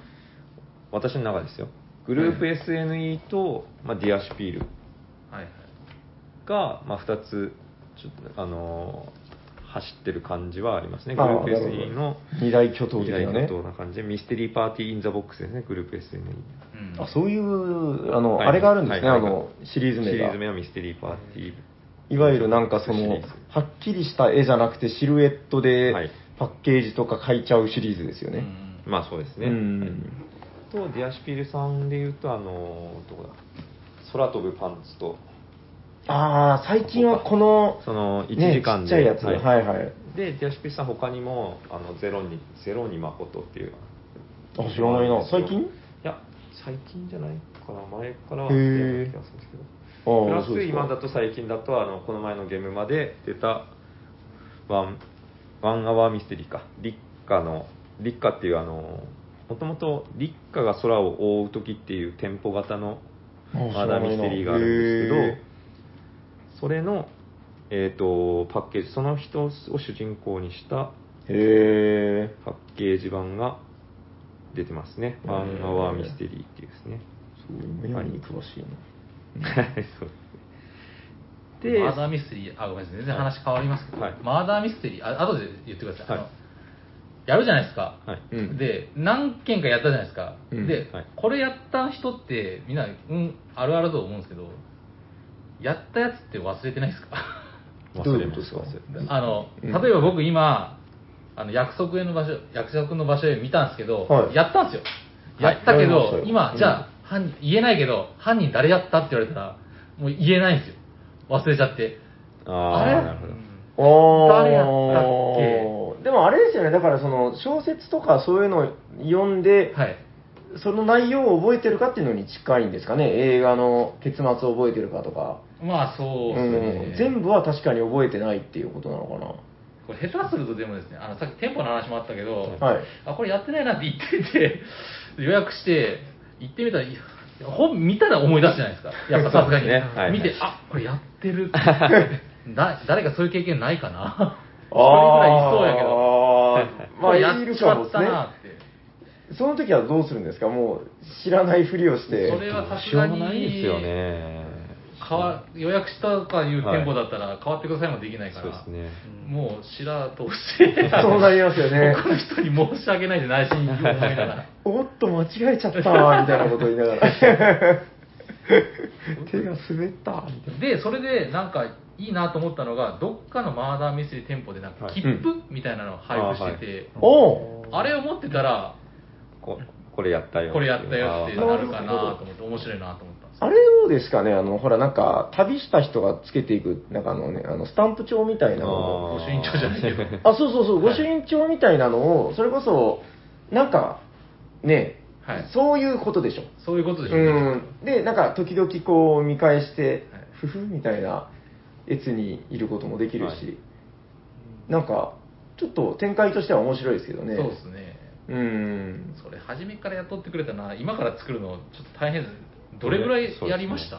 Speaker 2: 私の中ですよグループ SNE と、まあ、ディアシュピール
Speaker 1: はいはい
Speaker 2: が、まあ、2つちょっと、あのー走ってる感じはありますねグル
Speaker 4: あ
Speaker 2: ー
Speaker 4: あ
Speaker 2: プ SNE の
Speaker 4: 二大巨頭的
Speaker 2: 時
Speaker 4: な
Speaker 2: 代
Speaker 4: ね。
Speaker 2: な感じでミステリーパーティー・イン・ザ・ボックスですねグループ SNE
Speaker 1: うん
Speaker 4: あそういうあの、
Speaker 2: はい
Speaker 4: あれがあるんですね、
Speaker 2: はい
Speaker 4: あのシリーズ名
Speaker 2: シリ
Speaker 4: が
Speaker 2: ーズ名はミステリーパーティー
Speaker 4: いわゆるなんかそ
Speaker 2: シリ
Speaker 4: の
Speaker 2: ーズ
Speaker 4: はっきりした絵じゃなくてシルエットで
Speaker 2: はい
Speaker 4: パッケージとか描いちゃうシリーズですよ
Speaker 1: う
Speaker 4: ね、
Speaker 1: ん
Speaker 2: まあそうですね、
Speaker 4: うん
Speaker 2: はいとディアシュピールさんでいうとあのどこだ空飛ぶパンツと
Speaker 4: ああ最近はこの
Speaker 2: その1
Speaker 4: ね
Speaker 2: 時間で、
Speaker 4: ちっちゃいやつ、はい、はい
Speaker 2: でディアシュピールさん他にもあのゼロに「ゼロに誠」っていう
Speaker 4: あ知らないな最近
Speaker 2: いや最近じゃないかな前からはあったような気がするんですけど
Speaker 4: あー
Speaker 2: プラ
Speaker 4: そう
Speaker 2: ス
Speaker 4: ですか
Speaker 2: 今だと最近だとあのこの前のゲームまで出たワンワンアワーミステリーか立夏の立夏っていうあのもともと立夏が空を覆う時っていうテンポ型のマーダーミステリーがあるんですけど、それの、えー、とパッケージ、その人を主人公にした
Speaker 4: けど。へえ。
Speaker 2: パッケージ版が出てますね。ワンアワーミステリーっていうですね。
Speaker 4: そう、メアリーに詳しいな。
Speaker 2: はい そうですね
Speaker 1: マーダーミステリー、あ、ごめんなさい、全然話変わりますけど、
Speaker 2: はい
Speaker 1: マーダーミステリー、あ後で言ってください。あの
Speaker 2: はい
Speaker 1: やるじゃないですか。
Speaker 2: はい。
Speaker 4: うん
Speaker 1: で、何件かやったじゃないですか。
Speaker 4: うん
Speaker 1: で、
Speaker 2: はい
Speaker 1: これやった人って、みんな、うん、あるあると思うんですけど、やったやつって忘れてないですか
Speaker 4: どう
Speaker 2: 忘
Speaker 4: い
Speaker 2: れ
Speaker 4: う
Speaker 2: ま
Speaker 4: ことですすか
Speaker 2: 忘れます
Speaker 1: あの、
Speaker 4: うん
Speaker 1: 例えば僕今、あの約束への場所、約束の場所へ見たんですけど、
Speaker 4: はい
Speaker 1: やったんですよ。や
Speaker 4: はい
Speaker 1: ったけど、
Speaker 4: やりましたよ
Speaker 1: 今、
Speaker 4: うん
Speaker 1: じゃあ、犯人、言えないけど、犯人誰やったって言われたら、もう言えないんですよ。忘れちゃって。
Speaker 2: あ
Speaker 1: れ
Speaker 2: あ、なるほど。
Speaker 4: ああ。
Speaker 1: 誰やったっ
Speaker 4: でもあれですよね、だからその小説とかそういうのを読んで、
Speaker 1: はい。
Speaker 4: その内容を覚えてるかっていうのに近いんですかね、映画の結末を覚えてるかとか。
Speaker 1: まあ、そうですね。
Speaker 4: ん、全部は確かに覚えてないっていうことなのか
Speaker 1: これ下手するとでもですね、あのさっき店舗の話もあったけど、
Speaker 4: な。はい。
Speaker 1: あ、これやってないなって言ってて、 予約して、行ってみたら、いや本見たら思い出すじゃないですか。やっぱさすがに。
Speaker 2: そうですねはい
Speaker 1: 見て、あ、これやってるって。だ誰かそういう経験ないかな。それぐらいいそうや けど。
Speaker 4: あー
Speaker 1: これ
Speaker 4: ま
Speaker 1: や
Speaker 4: あ、い
Speaker 1: っ
Speaker 4: る
Speaker 1: ち
Speaker 4: か
Speaker 1: ま
Speaker 4: も
Speaker 1: っ
Speaker 4: です
Speaker 1: た
Speaker 4: ね。
Speaker 1: なって。
Speaker 4: その時はどうするんですかもう知らないふりをし
Speaker 1: そ
Speaker 4: て。
Speaker 1: れはさ
Speaker 2: し
Speaker 1: す
Speaker 2: ょ
Speaker 1: が
Speaker 2: う
Speaker 1: に
Speaker 2: もないですよね。
Speaker 1: 変わ予約したとかいう店舗だったら、変わってくださいもできないか
Speaker 2: そうで
Speaker 1: ら、
Speaker 2: すね。
Speaker 1: もう白通して、
Speaker 4: そうなりますよね。
Speaker 1: 他の人に申し訳ないで内心に思いながら。
Speaker 4: おっと間違えちゃったわみたいなこと言いなが ら手が滑ったみた い
Speaker 1: で、それでなんかいいなと思ったのが、どっかのマーダーミステリー店舗でなんか
Speaker 2: はい
Speaker 1: 切符、みたいなのを配布してて、
Speaker 4: なおう
Speaker 1: あれを持ってたら、
Speaker 2: ここれやったよ。
Speaker 1: これやったよって
Speaker 4: あー
Speaker 1: なるかなと思って、面白いなと思ったんです
Speaker 4: あれどうですかねあのほらなんか旅した人がつけていくなんかあのねあのスタンプ帳みたいなのを
Speaker 1: ご朱印帳じゃないけど
Speaker 4: あそうそうそうご朱印帳みたいなのをそれこそなんかね、
Speaker 1: はい
Speaker 4: そういうことでしょ
Speaker 1: そういうことでしょうね。
Speaker 4: うんでなんか時々こう見返してふふみたいなやつにいることもできるし、
Speaker 2: はい
Speaker 4: なんかちょっと展開としては面白いですけどね
Speaker 1: そうですね。
Speaker 4: うん
Speaker 1: それ、初めから雇ってくれたな、今から作るの、ちょっと大変です。どれぐらいやりました、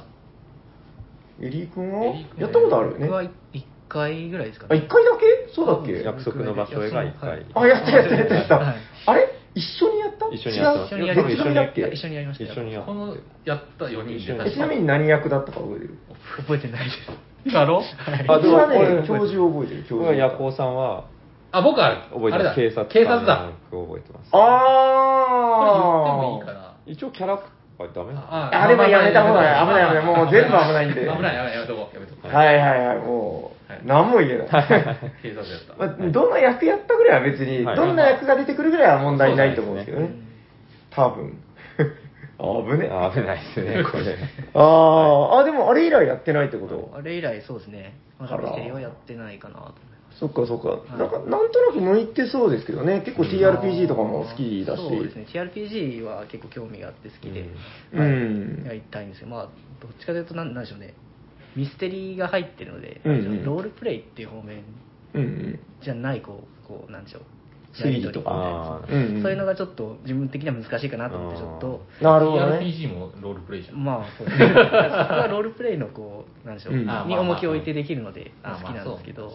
Speaker 4: エリー君は
Speaker 1: エリー君
Speaker 4: やったことあるよ
Speaker 3: 僕は
Speaker 4: ね
Speaker 3: 1回ぐらいですか
Speaker 4: あ
Speaker 3: ね
Speaker 4: 一回だけそうだっけ
Speaker 2: 約束の場所へが1回。
Speaker 4: あやったやったやったやった、
Speaker 3: はい
Speaker 4: あれ一緒にやった
Speaker 2: 一緒にやった
Speaker 4: 違う
Speaker 3: 一緒にやりま
Speaker 4: 別
Speaker 3: した
Speaker 4: 組だっけ
Speaker 3: 一緒にやりました
Speaker 2: 一緒にやっ
Speaker 1: このやった4人で
Speaker 4: えちなみに何役だったか覚えてる
Speaker 3: 覚えてないです
Speaker 1: だろ
Speaker 2: あで
Speaker 4: 僕
Speaker 2: も
Speaker 4: は
Speaker 2: これ覚えてる
Speaker 4: ね教授を覚えてる教
Speaker 2: こ
Speaker 4: 授
Speaker 2: れは夜行さんは
Speaker 1: あ、僕は、
Speaker 2: 覚え
Speaker 1: あ
Speaker 2: て
Speaker 1: れ
Speaker 2: ま
Speaker 1: だ、
Speaker 2: す。警
Speaker 1: 警
Speaker 2: 察
Speaker 1: 察だ。
Speaker 2: 官の役を覚えてます。
Speaker 1: これ言って
Speaker 4: ああ
Speaker 1: もいいかな。
Speaker 2: 一応キャラ、あ、ダメな
Speaker 1: あ
Speaker 4: あれはやめた方が危ない危ないもう全部危ないんで
Speaker 1: 危ない、やめやめとこう、やめとこう。
Speaker 4: はいはいはい、もう、
Speaker 1: はい
Speaker 4: 何も言えない。
Speaker 1: 警察やった。
Speaker 4: まあ、どの役やったぐらいは別に、
Speaker 2: はい
Speaker 4: どんな役が出てくるぐらいは問題ないと思うんですけどね。多分。 危ね。
Speaker 2: あ危ないですね、これ。
Speaker 4: あー、あ、でもあれ以来やってないってこと
Speaker 3: あれ以来そうですねまだミステリーはやってないかなと思います
Speaker 4: そっかそっか。
Speaker 3: い
Speaker 4: なんか、なんとなく向いてそうですけどね。結構 TRPG とかも好きだし。
Speaker 3: そうですね TRPG は結構興味があって好きで、
Speaker 4: う
Speaker 3: や
Speaker 4: ん。
Speaker 3: りたいんですけどまあどっちかというとなんなんでしょうねミステリーが入ってるので、
Speaker 4: うんうん
Speaker 3: ロールプレイっていう方面
Speaker 4: うんうん。
Speaker 3: じゃないこうこうなんでしょう
Speaker 4: 推理とか
Speaker 3: やり取りみたいな
Speaker 4: あーうんうん
Speaker 3: そういうのがちょっと自分的には難しいかなと思ってちょっと
Speaker 4: なるほどね。
Speaker 1: RPG もロールプレイじゃん。
Speaker 3: まあ そうですねそこはロールプレイのこうなんでしょう、
Speaker 4: うんあ
Speaker 1: ー
Speaker 3: に
Speaker 1: まあまあ
Speaker 3: 重きを置いてできるので
Speaker 1: あ
Speaker 3: 好
Speaker 1: ー
Speaker 3: き
Speaker 1: まあ
Speaker 3: なんですけ
Speaker 1: そ
Speaker 3: ど、
Speaker 1: う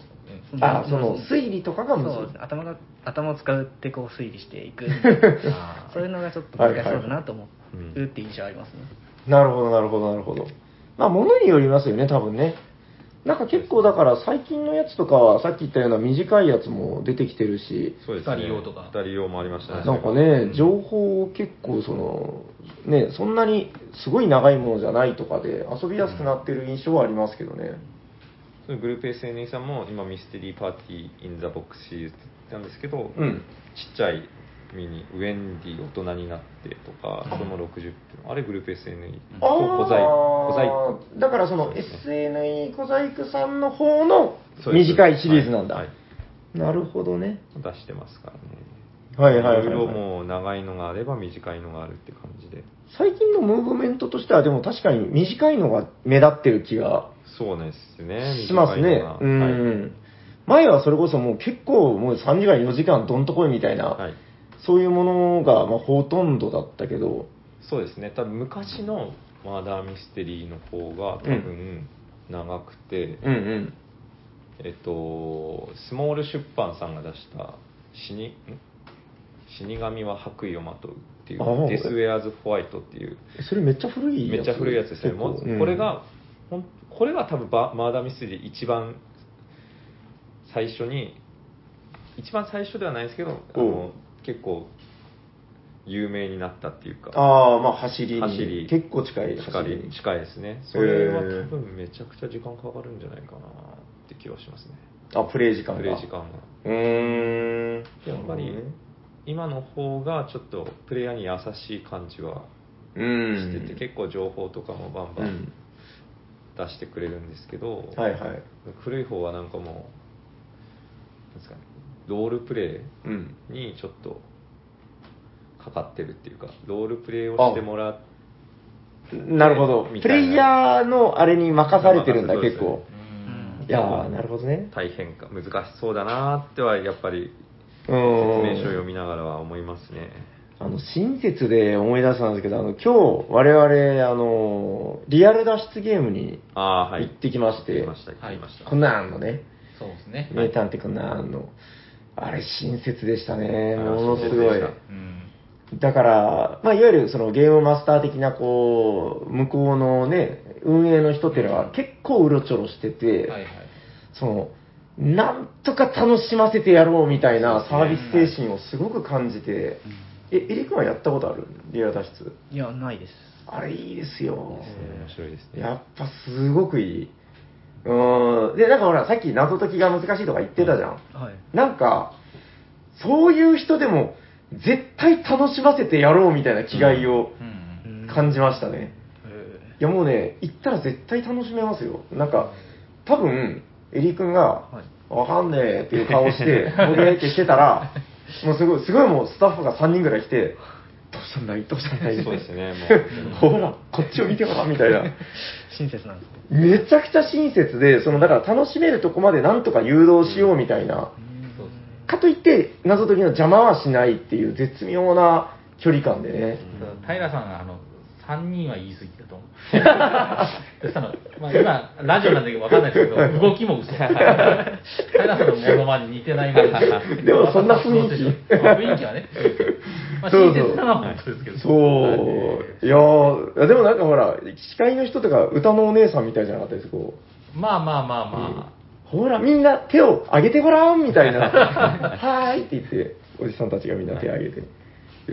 Speaker 3: うん
Speaker 4: あ、その、推理とかが
Speaker 3: そう
Speaker 4: 難
Speaker 3: で
Speaker 4: し
Speaker 3: す
Speaker 4: い
Speaker 3: ね。頭が頭を使ってこう推理していくみたいな
Speaker 1: あー
Speaker 3: そういうのがちょっと難しそうだなと思
Speaker 2: はいはいう
Speaker 3: って印象ありますね、
Speaker 4: なるほど、なるほど、なるほど。まあ、ものによりますよね、多分ね。なんか結構だから最近のやつとかはさっき言ったような短いやつも出てきてるし、
Speaker 2: そうですね。
Speaker 1: 二人用とか
Speaker 2: 二人用もありましたね。
Speaker 4: なんかね、情報を結構その、ね、そんなにすごい長いものじゃないとかで遊びやすくなってる印象はありますけどね。
Speaker 2: そのグループ SNS さんも今ミステリーパーティーインザボックスシリーズなんですけど、
Speaker 4: う
Speaker 2: ち
Speaker 4: ん。
Speaker 2: っちゃいミニウェンディ大人になってとか子供60分あれグループ SNS と小細小細
Speaker 4: ああ、だからその
Speaker 2: そうですね
Speaker 4: SNE 小細工さんの方の
Speaker 2: そうです
Speaker 4: 短いシリーズなんだ。
Speaker 2: はいは
Speaker 4: なるほどね。
Speaker 2: 工出してますからね
Speaker 4: はいはいはい、はい。
Speaker 2: ろいろもう長いのがあれば短いのがあるって感じで
Speaker 4: 最近のムーブメントとしては、でも確かに短いのが目立ってる気が
Speaker 2: そうなんですよね
Speaker 4: します
Speaker 2: 短い
Speaker 4: ね。う
Speaker 2: のが
Speaker 4: ん。前はそれこそもう結構もう3時間4時間どんとこいみた
Speaker 2: は
Speaker 4: たい
Speaker 2: い、は
Speaker 4: な、
Speaker 2: い、
Speaker 4: そういうものが、まあ、ほとんどだったけど、
Speaker 2: そうですね多分昔のマーダーミステリーの方が多分長くて、
Speaker 4: うんうん。
Speaker 2: えっとスモール出版さんが出した死にん死神は白衣をまとうってい
Speaker 4: ああ
Speaker 2: うデス・ウェアーズ・ホワイトっていう
Speaker 4: それめっちゃ古いやつ
Speaker 2: めっちゃ古いやつですねもうこれ、がほんこれが多分バマーダーミステリー一番最初に一番最初ではないですけどあ
Speaker 4: うん
Speaker 2: の結構有名になったっていうか
Speaker 4: 結構ああ、まあ走りに
Speaker 2: 走り
Speaker 4: 結構近い
Speaker 2: 近
Speaker 4: 走り
Speaker 2: い
Speaker 4: に。
Speaker 2: 近いですねそれは
Speaker 4: へー
Speaker 2: 多分めちゃくちゃ時間かかるんじゃないかなって気はしますね
Speaker 4: あ、プレイ時間が。
Speaker 2: プレイ時間が
Speaker 4: うーん。
Speaker 2: やっぱり今の方がちょっとプレイヤーに優しい感じは
Speaker 4: うん。
Speaker 2: してて、結構情報とかもバンバ
Speaker 4: うん
Speaker 2: ン出してくれるんですけど、
Speaker 4: はいはい。
Speaker 2: 古い方はなんかもうなんですかねロールプレ
Speaker 4: うん。
Speaker 2: イにちょっとかかってるっていうかロールプレイをしてもらっ
Speaker 4: なるほど。
Speaker 2: み
Speaker 4: プ
Speaker 2: たいな
Speaker 4: レイヤーのあれに任されてるんだ、
Speaker 2: 任せ
Speaker 4: 結構。
Speaker 1: うん
Speaker 4: いやー、なるほどね。
Speaker 2: 大変か難しそうだなーってはやっぱり
Speaker 4: う
Speaker 2: 説
Speaker 4: ん。
Speaker 2: 明書を読みながらは思いますね、
Speaker 4: あの、親切で思い出したんですけど、あの、今日、我々、あの、リアル脱出ゲームに
Speaker 2: ああーはい
Speaker 4: 行ってきまし
Speaker 2: 聞
Speaker 4: て、
Speaker 2: きました聞きました、
Speaker 4: コナンのね、
Speaker 1: そうですね。
Speaker 4: 名探偵コナンの、あれ、親切でしたね、
Speaker 2: あれ
Speaker 4: も
Speaker 2: は
Speaker 4: のす
Speaker 2: 親
Speaker 4: ご
Speaker 2: 切でし。
Speaker 4: い
Speaker 2: た
Speaker 1: うん。
Speaker 4: だから、まあ、いわゆるそのゲームマスター的な、こう、向こうのね、運営の人っていうのは結構うろちょろしてて、
Speaker 1: はいはい。
Speaker 4: その、なんとか楽しませてやろうみたいなサービス精神をすごく感じて、え、エリ君はやったことあるリアル脱出。
Speaker 3: いや、ないです。
Speaker 4: あれいいですよ。
Speaker 2: うん面白いですね
Speaker 4: やっぱすごくいい。うーん。で、なんかほら、さっき謎解きが難しいとか言ってたじゃん。
Speaker 3: はい。
Speaker 4: なんか、そういう人でも、絶対楽しませてやろうみたいな気概を
Speaker 1: うん。
Speaker 4: 感じましたね。
Speaker 3: え
Speaker 4: いやもうね、行ったら絶対楽しめますよ。なんか、多分、エリー君が、
Speaker 3: はい
Speaker 4: わかんねえっていう顔 して、ぼけってしてたら、もうすごい、すごいもうスタッフが3人ぐらい来て、どうしたんだいどうしたんだい
Speaker 2: そうですねもう
Speaker 4: ほら、こっちを見てごらんみたいな。
Speaker 3: 親切なんですね。
Speaker 4: めちゃくちゃ親切で、そのだから楽しめるとこまでなんとか誘導しようみたいな。
Speaker 1: そうですね。
Speaker 4: かといって、謎解きの邪魔はしないっていう絶妙な距離感でね。
Speaker 1: 平さんはあの3人は言い過ぎだと思う でその、まあ、今ラジオなんだけど分かんないですけど動きも嘘平さんのモノマネ似てないから
Speaker 4: でもそんな雰囲気
Speaker 1: 雰囲気はね、まあ、親切なのは本当ですけど
Speaker 4: そう。いやーいやでもなんかほら、司会の人とか歌のお姉さんみたいじゃなかったですこう。
Speaker 1: まあまあまあま
Speaker 4: ほら、みんな手を上げてごらんみたいな。 はーいって言って、おじさんたちがみんな手上げて。い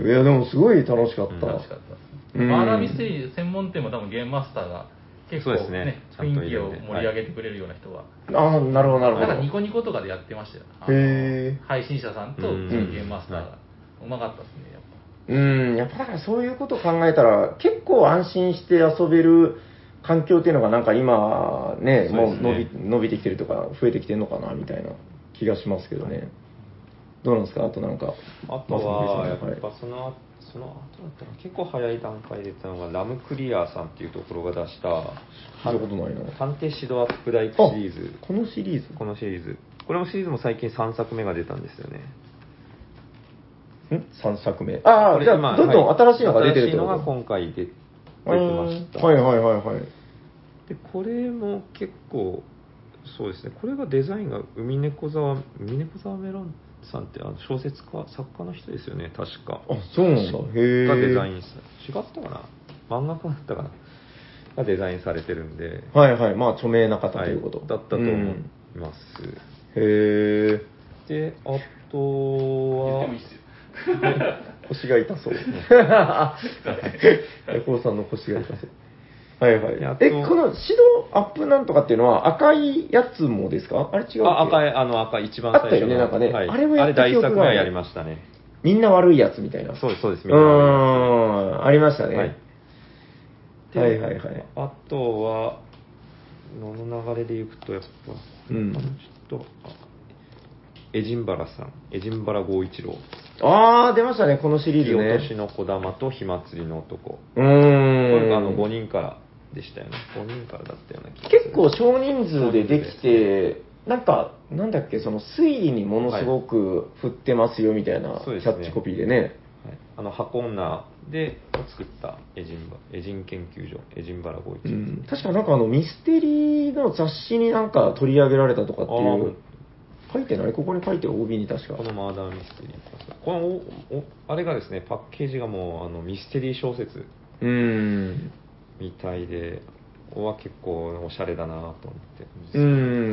Speaker 4: や、でもすごい楽しかっ
Speaker 2: うん
Speaker 4: た。
Speaker 1: あ楽しかったです
Speaker 4: うん
Speaker 1: マーダーミステリー専門店も多分ゲームマスターが結構、
Speaker 2: そうですねちゃんと
Speaker 1: 雰囲気
Speaker 2: いる
Speaker 1: を
Speaker 2: んで
Speaker 1: 盛り上げてくれるような人は、
Speaker 4: ああ、なるほど、なるほ
Speaker 1: なんか
Speaker 4: ど。
Speaker 1: ニコニコとかでやってましたよあの
Speaker 4: へー
Speaker 1: 配信者さんとそ
Speaker 2: うん
Speaker 1: のゲームマスターがうまかったですねやっぱ
Speaker 4: うん、やっぱだからそういうことを考えたら、結構安心して遊べる環境っていうのが、なんか今、ね、
Speaker 2: そう
Speaker 4: も
Speaker 2: で
Speaker 4: う
Speaker 2: すね
Speaker 4: 伸び伸びてきてるとか、増えてきてるのかなみたいな気がしますけどね。どうなんですか、あとなんか、
Speaker 2: あとは、や
Speaker 4: 松
Speaker 2: っ
Speaker 4: 本さ
Speaker 2: ぱ
Speaker 4: ん
Speaker 2: その、その後だったら結構早い段階で言ったのが、ラムクリアーさんっていうところが出した、
Speaker 4: 聞いたことないな
Speaker 2: 探偵指導アップ大工
Speaker 4: あ
Speaker 2: シリーズ。
Speaker 4: このシリーズ
Speaker 2: このシリーズ。これもシリーズも最近3作目が出たんですよね。
Speaker 4: ん ?3 作目。あ
Speaker 2: こ
Speaker 4: あ、
Speaker 2: れ
Speaker 4: じゃ
Speaker 2: 今
Speaker 4: あ、どんどん新しいのが出てるっ
Speaker 2: 新してい
Speaker 4: こ
Speaker 2: の
Speaker 4: と
Speaker 2: が今回出出て
Speaker 4: うーん
Speaker 2: ました。
Speaker 4: はいはいはいはい。
Speaker 2: で、これも結構、そうですね、これがデザインが海猫沢、海猫沢メロンさんってあの小説家、作家の人ですよね、確か。
Speaker 4: あ、そうなんだ。へえ。
Speaker 2: がデザインした違ったかな漫画家だったかながデザインされてるんで、
Speaker 4: はいはい。まあ、著名な方ということ。
Speaker 2: はいだったと
Speaker 4: う
Speaker 2: 思い
Speaker 4: ん
Speaker 2: ます、
Speaker 4: へえ。
Speaker 2: であとは
Speaker 4: 腰が 痛そう。ヤコウさんの腰が痛そう。はいはい
Speaker 2: であ。と
Speaker 4: え、このシドアップなんとかっていうのは赤いやつもですかあれ違うっけ
Speaker 2: あ赤いあの赤い一番
Speaker 4: あった
Speaker 2: 最
Speaker 4: よ
Speaker 2: 初
Speaker 4: ね
Speaker 2: の
Speaker 4: なんかね
Speaker 2: はい
Speaker 4: あれもやった
Speaker 2: あれ大作目
Speaker 4: 記憶があ
Speaker 2: は
Speaker 4: る
Speaker 2: やりましたね
Speaker 4: みんな悪いやつみたいな。
Speaker 2: そうですそうです
Speaker 4: うーん、ありましたね。
Speaker 2: は
Speaker 4: はいい、
Speaker 2: で
Speaker 4: はいはいはい
Speaker 2: あとはのの流れでいくとやっぱ、
Speaker 4: うん
Speaker 2: あのちょっとあエジンバラさんエジンバラ剛一郎
Speaker 4: あー、出ましたね、このシリー
Speaker 2: 引き
Speaker 4: ズ
Speaker 2: 落とし
Speaker 4: ね。
Speaker 2: の小玉と火祭りの男こ
Speaker 4: うー
Speaker 2: れ
Speaker 4: ん。
Speaker 2: あの5人からでしたよね5人からだったような気がする
Speaker 4: 結構少人数でできて、なんか、なんだっけ、その推理にものすごく振ってますよみたいな
Speaker 2: はい
Speaker 4: キ
Speaker 2: そう
Speaker 4: ャ
Speaker 2: ですね
Speaker 4: ッチコピーでね。
Speaker 2: はい、あの箱女で作ったエジンバエジン研究所エジンバラ51、
Speaker 4: うん、確かなんかあのミステリーの雑誌になんか取り上げられたとかっていう、書いてないここに書いてる OB に確か。
Speaker 2: このマーダーミステリーこのおおあれがですねパッケージがもうあのミステリー小説
Speaker 4: うん。
Speaker 2: みたいでおは結構おしゃれだなと思って、
Speaker 4: う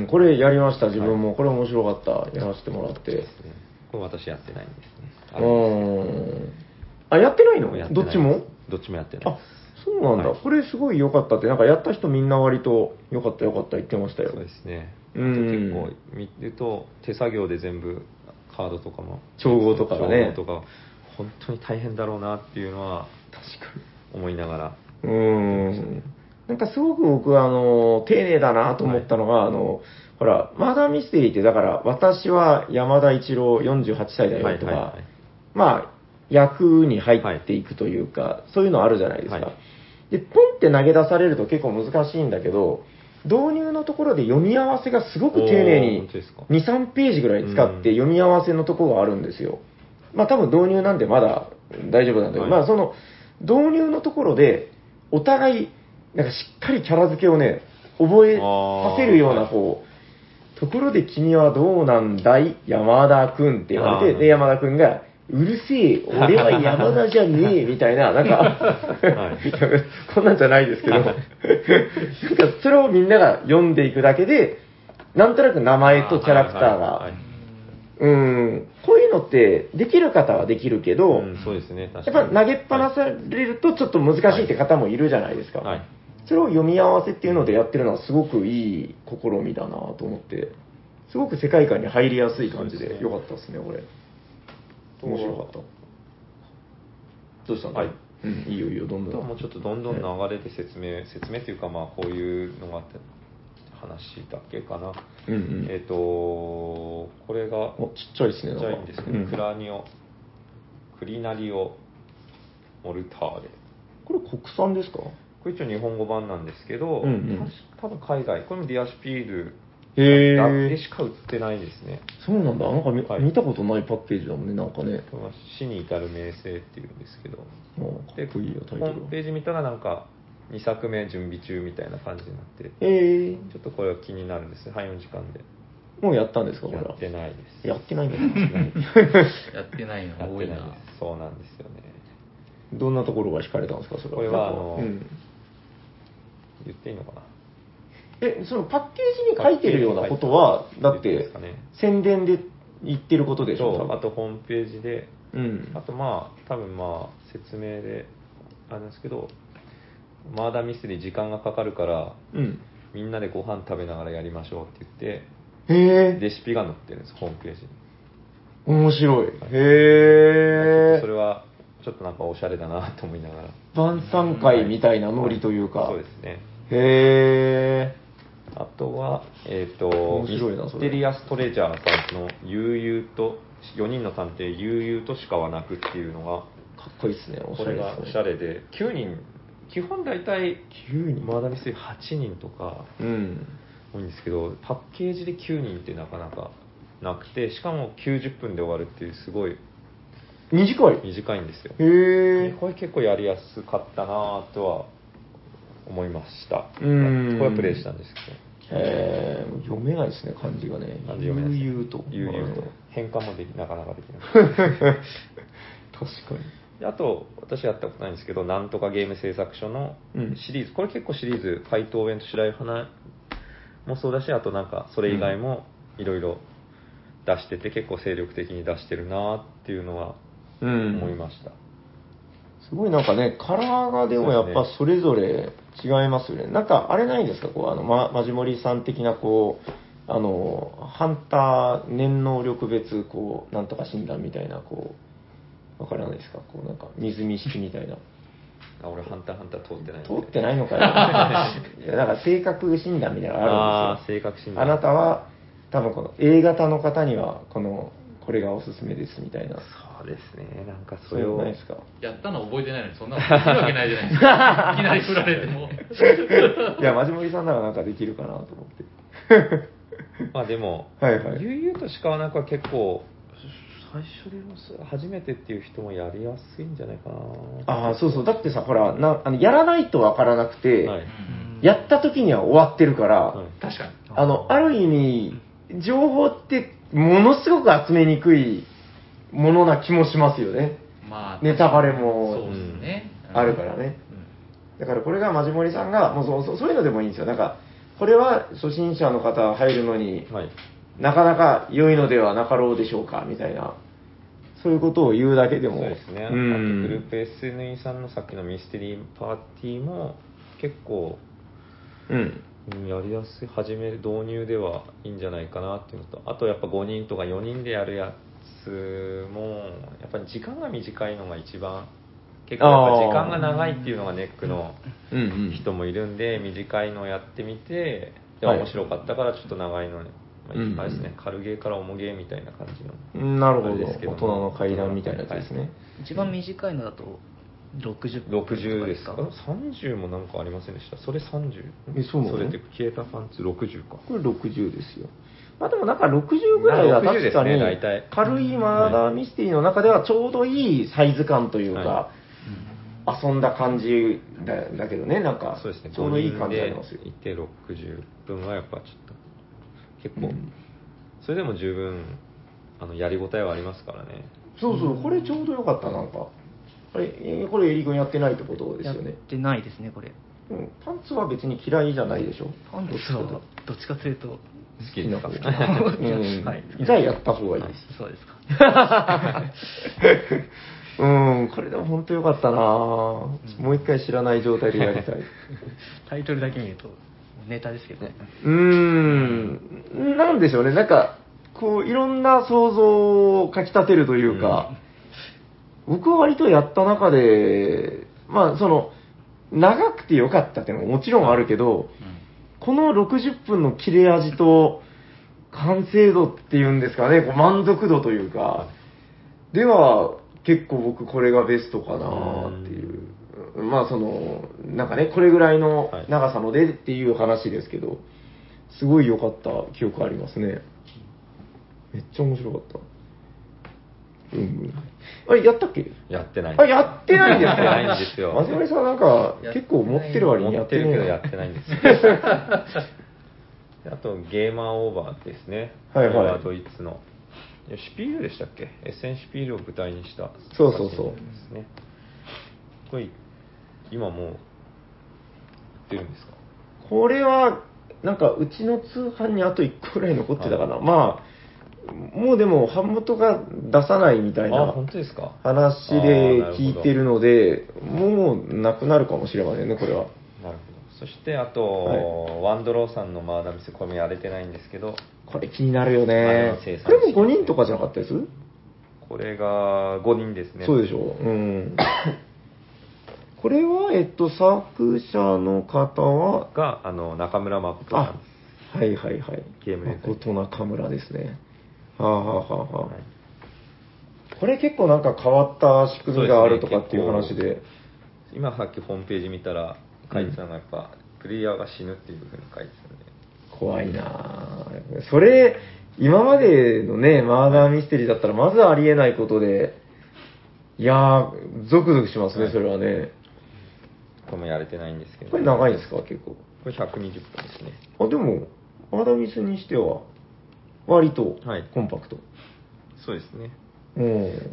Speaker 4: ん、これやりました、自分も。これ面白かった。やらせてもらって。
Speaker 2: これ私やってないんですねあ
Speaker 4: う
Speaker 2: れ
Speaker 4: ん。あ、やってない
Speaker 2: もうや
Speaker 4: の
Speaker 2: て
Speaker 4: ど
Speaker 2: ない
Speaker 4: っちも
Speaker 2: どっちもやってない
Speaker 4: あ、そうなんだ。
Speaker 2: はい
Speaker 4: これすごい良かったって、なんかやった人みんな割と良かった良かった言ってましたよ
Speaker 2: そう。ですねあと
Speaker 4: うん
Speaker 2: 結構見ると手作業で全部カードとかも
Speaker 4: 調合とかがね
Speaker 2: 調合とか本当に大変だろうなっていうのは
Speaker 4: 確かに。
Speaker 2: 思いながら
Speaker 4: うーん。なんかすごく僕は、あの、丁寧だなと思ったのが、あの、ほら、マーダーミステリーって、だから、私は山田一郎48歳だよと
Speaker 2: は
Speaker 4: か、
Speaker 2: いはいはい
Speaker 4: まあ、役に入っていくというか、そういうのあるじゃないですか。
Speaker 2: はい
Speaker 4: で、ポンって投げ出されると結構難しいんだけど、導入のところで読み合わせがすごく丁寧
Speaker 2: おー本
Speaker 4: に
Speaker 2: 当ですか
Speaker 4: 2、3ページぐらい使って
Speaker 2: うん
Speaker 4: 読み合わせのところがあるんですよ。まあ多分導入なんでまだ大丈夫なんだけど、
Speaker 2: はい
Speaker 4: まあその導入のところでお互いなんかしっかりキャラ付けをね、覚えさせるよう
Speaker 2: あ
Speaker 4: な
Speaker 2: ー
Speaker 4: こう、ところで君はどうなんだい山田くんって言われ
Speaker 2: あ
Speaker 4: て、
Speaker 2: ー
Speaker 4: で山田くんがうるせえ、俺は山田じゃねえ、みたいな、なん か、
Speaker 2: はい
Speaker 4: こんなんじゃないですけど、なんかそれをみんなが読んでいくだけで、なんとなく名前とキャラクター
Speaker 2: はいはい
Speaker 4: が
Speaker 2: はい、
Speaker 4: うん、こういうのってできる方はできるけど、
Speaker 2: うんそうですね
Speaker 4: やっ
Speaker 2: 確か
Speaker 4: ぱ
Speaker 2: に
Speaker 4: 投げっぱなされるとちょっと難しいって方もいるじゃないですか。
Speaker 2: はい
Speaker 4: それを読み合わせっていうのでやってるのはすごくいい試みだなと思って、すごく世界観に入りやすい感じ
Speaker 2: そうです
Speaker 4: で
Speaker 2: ね
Speaker 4: 良かったですね、これ。面白かった。どうしたの
Speaker 2: はい
Speaker 4: うん、いいよいいよ、どん
Speaker 2: あ
Speaker 4: ど
Speaker 2: と
Speaker 4: ん。
Speaker 2: はもうちょっとどんどん流れで説明、説明というか、まあ、こういうのがあって、話だけかな。
Speaker 4: うんうん
Speaker 2: えっ、と、これが、
Speaker 4: おちっちゃいですね、
Speaker 2: ちっちゃいんですけど、
Speaker 4: なんか
Speaker 2: ク
Speaker 4: うん
Speaker 2: ラニオ、クリナリオ、モルターレ。
Speaker 4: これ国産ですか
Speaker 2: これ一応日本語版なんですけど、
Speaker 4: うんうん
Speaker 2: 確か多分海外、これもディアシピール
Speaker 4: へ
Speaker 2: だ
Speaker 4: ー
Speaker 2: けしか売ってないですね。
Speaker 4: そうなんだ、なんか見,、
Speaker 2: はい
Speaker 4: たことないパッケージだもんね、なんかね。
Speaker 2: これは死に至る名声っていうんですけど、
Speaker 4: あーかっこいいよ、タイ
Speaker 2: ホ
Speaker 4: ト
Speaker 2: ー
Speaker 4: ル
Speaker 2: ム。ページ見たらなんか、2作目準備中みたいな感じになって、
Speaker 4: ええ
Speaker 2: ちょっとこれは気になるんですね、はい、4時間で。
Speaker 4: もうやったんですか、これ
Speaker 2: や
Speaker 4: は。
Speaker 2: ってないです。
Speaker 4: やってないんだね。
Speaker 1: やってないの
Speaker 2: や
Speaker 1: が
Speaker 2: っ
Speaker 1: 多
Speaker 2: て
Speaker 1: い
Speaker 2: ない
Speaker 1: な
Speaker 2: で。す。そうなんですよね。
Speaker 4: どんなところが惹かれたんですか、それは。
Speaker 2: これはあの
Speaker 4: うん
Speaker 2: 言っていいのかな
Speaker 4: え、そのパッケージに書いてるようなことは、だっ
Speaker 2: 言っていいで
Speaker 4: て
Speaker 2: すか、ね。
Speaker 4: 宣伝で言ってることでしょ、多
Speaker 2: と
Speaker 4: 分
Speaker 2: あとホームページで、
Speaker 4: うん
Speaker 2: あ。とまあ、多分まあ、説明で、あれなんですけど、マーダーミステリー時間がかかるから、
Speaker 4: うん。
Speaker 2: みんなでご飯食べながらやりましょうって言って、
Speaker 4: へえ、
Speaker 2: レシピが載ってるんです、ホームページに。
Speaker 4: 面白い。
Speaker 2: ちょっと
Speaker 4: へ
Speaker 2: それ
Speaker 4: え。
Speaker 2: は、ちょっとなんかおしゃれだなと思いながら。
Speaker 4: 晩餐会みたいなノリというか。
Speaker 2: そうですね。
Speaker 4: へえ。
Speaker 2: あとは、えっ、と、
Speaker 4: 面
Speaker 2: ミ
Speaker 4: 白いなそ
Speaker 2: ス
Speaker 4: れ
Speaker 2: テリアストレジャーさんの悠々と、4人の探偵悠々としかはなくっていうのが、
Speaker 4: かっこいいですね、お
Speaker 2: こ
Speaker 4: しゃれ
Speaker 2: れ
Speaker 4: で
Speaker 2: がお
Speaker 4: す
Speaker 2: し
Speaker 4: ね
Speaker 2: ゃ。れで、9人、基本大体、
Speaker 4: 9人
Speaker 2: マーダミス8人とか
Speaker 4: うん。
Speaker 2: 多いんですけど、パッケージで9人ってなかなかなくて、しかも90分で終わるっていう、すごい
Speaker 4: 短い。
Speaker 2: 短いんですよ。
Speaker 4: へえ。
Speaker 2: これ結構やりやすかったなぁとは思いました。
Speaker 4: うん
Speaker 2: これはプレイしたんですけど。
Speaker 4: えー、読めないですね、漢字がね。
Speaker 2: なんで読めない
Speaker 4: 悠々と。
Speaker 2: 悠々と
Speaker 4: はい。
Speaker 2: 変換もできなかなかでき ない。
Speaker 4: 確かに。
Speaker 2: であと、私やったことないんですけど、なんとかゲーム制作所の
Speaker 4: うん
Speaker 2: シリーズ、これ結構シリーズ、怪盗弁と白い花もそうだし、あとなんか、それ以外もいろいろ出してて、結構精力的に出してるなっていうのは
Speaker 4: うん。
Speaker 2: 思いました。
Speaker 4: すごいなんかね、カラーがでもやっぱそれぞれ違いますよね。なんかあれないですか、こう、あの、ま、マジモリさん的な、こう、あの、ハンター念能力別、こう、なんとか診断みたいな、こう、わからないですか、こう、なんか、水見式みたいな。
Speaker 2: あ俺、ハンターハンター通ってないんで
Speaker 4: 通ってないの かないや、なんか性格診断みたいなのあるんです
Speaker 2: あー性
Speaker 4: よ。
Speaker 2: 格診断
Speaker 4: あなたは、多分この A 型の方には、この、これがおすすめですみたいな。
Speaker 2: そうですね、なんかそ
Speaker 4: そうい
Speaker 2: れ
Speaker 4: うの
Speaker 2: を
Speaker 4: ないですか
Speaker 1: やったの覚えてないのに、そんなのできるわけないじゃないです か。いきなり振られても。
Speaker 4: いや、マジモリさんならなんかできるかなと思って。
Speaker 2: まあでも、
Speaker 4: はいはい
Speaker 2: 悠々としかはなんか結構、最初でもす初めてっていう人もやりやすいんじゃないかな。
Speaker 4: ああ、そうそう。だってさ、ほら、なあのやらないとわからなくて、
Speaker 2: はい。
Speaker 4: やった時には終わってるから、
Speaker 2: はい
Speaker 1: 確かに。
Speaker 4: あの、ある意味、情報ってものすごく集めにくいものな気もしますよね。
Speaker 1: まあ、
Speaker 4: ネタバレも
Speaker 1: そうですね。
Speaker 4: あるからね。だからこれがマジモリさんが、もうそうそうそういうのでもいいんですよ。なんか、これは初心者の方入るのに、
Speaker 2: はい。
Speaker 4: なかなか良いのではなかろうでしょうか、みたいな。そういうことを言うだけでも。
Speaker 2: そうですね。あとグ
Speaker 4: うん
Speaker 2: ループ SNE さんのさっきのミステリーパーティーも結構、
Speaker 4: うん。
Speaker 2: うんやりやすい、始める、導入ではいいんじゃないかなっていうのと、あとやっぱ5人とか4人でやるやつも、やっぱり時間が短いのが一番、結構やっぱ時間が長いっていうのがネックの
Speaker 4: うんうん
Speaker 2: 人もいるんで、短いのをやってみて、じゃあ
Speaker 4: はい
Speaker 2: 面白かったからちょっと長いのに、まあ、いっぱいですね、
Speaker 4: うんうん
Speaker 2: 軽ゲーから重ゲーみたいな感じの。
Speaker 4: なるほ
Speaker 2: あ
Speaker 4: ど。
Speaker 2: れで
Speaker 4: 大
Speaker 2: すけど
Speaker 4: 人の階段みたいなやつですね。
Speaker 3: 一番短いのだと60分
Speaker 2: 60ですか
Speaker 3: と
Speaker 2: 30もなんかありませんでしたそれ30
Speaker 4: えそうなの
Speaker 2: それって消えたパンツ60か
Speaker 4: これ60ですよ。まあでもなんか60ぐらいは
Speaker 2: まあ60
Speaker 4: 確かに
Speaker 2: ですね大体
Speaker 4: 軽いマーダーミステリーの中ではちょうどいいサイズ感というか
Speaker 2: は、
Speaker 4: 遊んだ感じだだけどね、なんか
Speaker 2: そうですね
Speaker 4: ちょうどいい感じあります
Speaker 2: 5。
Speaker 4: よ
Speaker 2: 人でいて60分はやっぱちょっと結構、
Speaker 4: うん
Speaker 2: それでも十分あのやりごたえはありますからね
Speaker 4: そうそう、これちょうどよかった、なんか。あれ、えーこれエリ君やってないってことですよ
Speaker 3: やっ
Speaker 4: ね。
Speaker 3: てないですねこれ
Speaker 4: うん、パンツは別に嫌いじゃないでしょ。
Speaker 3: パンツはどっちかという と
Speaker 2: 好きですか
Speaker 4: 好き
Speaker 3: な方
Speaker 4: うん
Speaker 3: はい
Speaker 4: じゃあやった方がいいです。
Speaker 3: そうですか
Speaker 4: うん、これでも本当よかったなぁもう一回知らない状態でやりたい。
Speaker 3: タイトルだけ見るとネタですけどね
Speaker 4: うーん、なんでしょうね、なんか、こう、いろんな想像をかき立てるというか、僕は割とやった中で、まあ、その、長くてよかったっていうのももちろんあるけど、この60分の切れ味と、完成度っていうんですかね、こう満足度というか、では、結構僕これがベストかなっていう。まあその、なんかね、これぐらいの
Speaker 2: はい
Speaker 4: 長さのでっていう話ですけど、すごい良かった記憶ありますね。めっちゃ面白かった。うんうん。あれ、やったっけ
Speaker 2: やってない
Speaker 4: あ、やってないんです
Speaker 2: やっ
Speaker 4: か
Speaker 2: てないんです よ
Speaker 4: マジモリさんなんか結構持ってる割にや
Speaker 2: 持っ
Speaker 4: っ
Speaker 2: てて
Speaker 4: る
Speaker 2: るけどやってないん ですよであとゲーマーオーバーですね
Speaker 4: はいはい
Speaker 2: これドイツのいやシュピールでしたっけエッセンシュピールを舞台にした
Speaker 4: そうそうそう
Speaker 2: 作品ですねこれ今もう売ってるんですか
Speaker 4: これは、なんかうちの通販にあと1個ぐらい残ってたかな。まあ、もうでも版元が出さないみたい
Speaker 2: あ
Speaker 4: な
Speaker 2: 本当ですか
Speaker 4: 話
Speaker 2: あ
Speaker 4: で
Speaker 2: ーなるほど
Speaker 4: 聞いてるので、もうなくなるかもしれませんね、これは。
Speaker 2: なるほどそしてあと、ワンドローさんのマーダミスこれもやれてないんですけど
Speaker 4: これ気になるよ
Speaker 2: あ
Speaker 4: ね
Speaker 2: の生。産
Speaker 4: これも5人とかじゃなかったです、
Speaker 2: これが5人ですね
Speaker 4: そうでしょ う。うん。これは、えっと、作者の方は、
Speaker 2: があの中村誠さ
Speaker 4: あ
Speaker 2: ん、
Speaker 4: はいはいはい。
Speaker 2: ゲームですね
Speaker 4: 誠中村ですね。はあ、はあはあはあ
Speaker 2: はい
Speaker 4: これ結構なんか変わった仕組みがあるとかっていう
Speaker 2: そ
Speaker 4: 話
Speaker 2: うですね
Speaker 4: で。
Speaker 2: 今さっきホームページ見たら書いてたのがやっぱ、プレイヤーが死ぬっていうふうに書いてたんで
Speaker 4: 怖いなぁそれ、今までのね、マーダーミステリーだったらまずありえないことで、いやー、ゾクゾクしますね、
Speaker 2: はい
Speaker 4: それはね。
Speaker 2: これもやれてないんですけど
Speaker 4: これ長いん
Speaker 2: こ
Speaker 4: ですか、結構。
Speaker 2: れ120分ですね
Speaker 4: あ、でも、マーダーミスにしては、割と
Speaker 2: はい
Speaker 4: コンパクト。
Speaker 2: そうですね
Speaker 4: う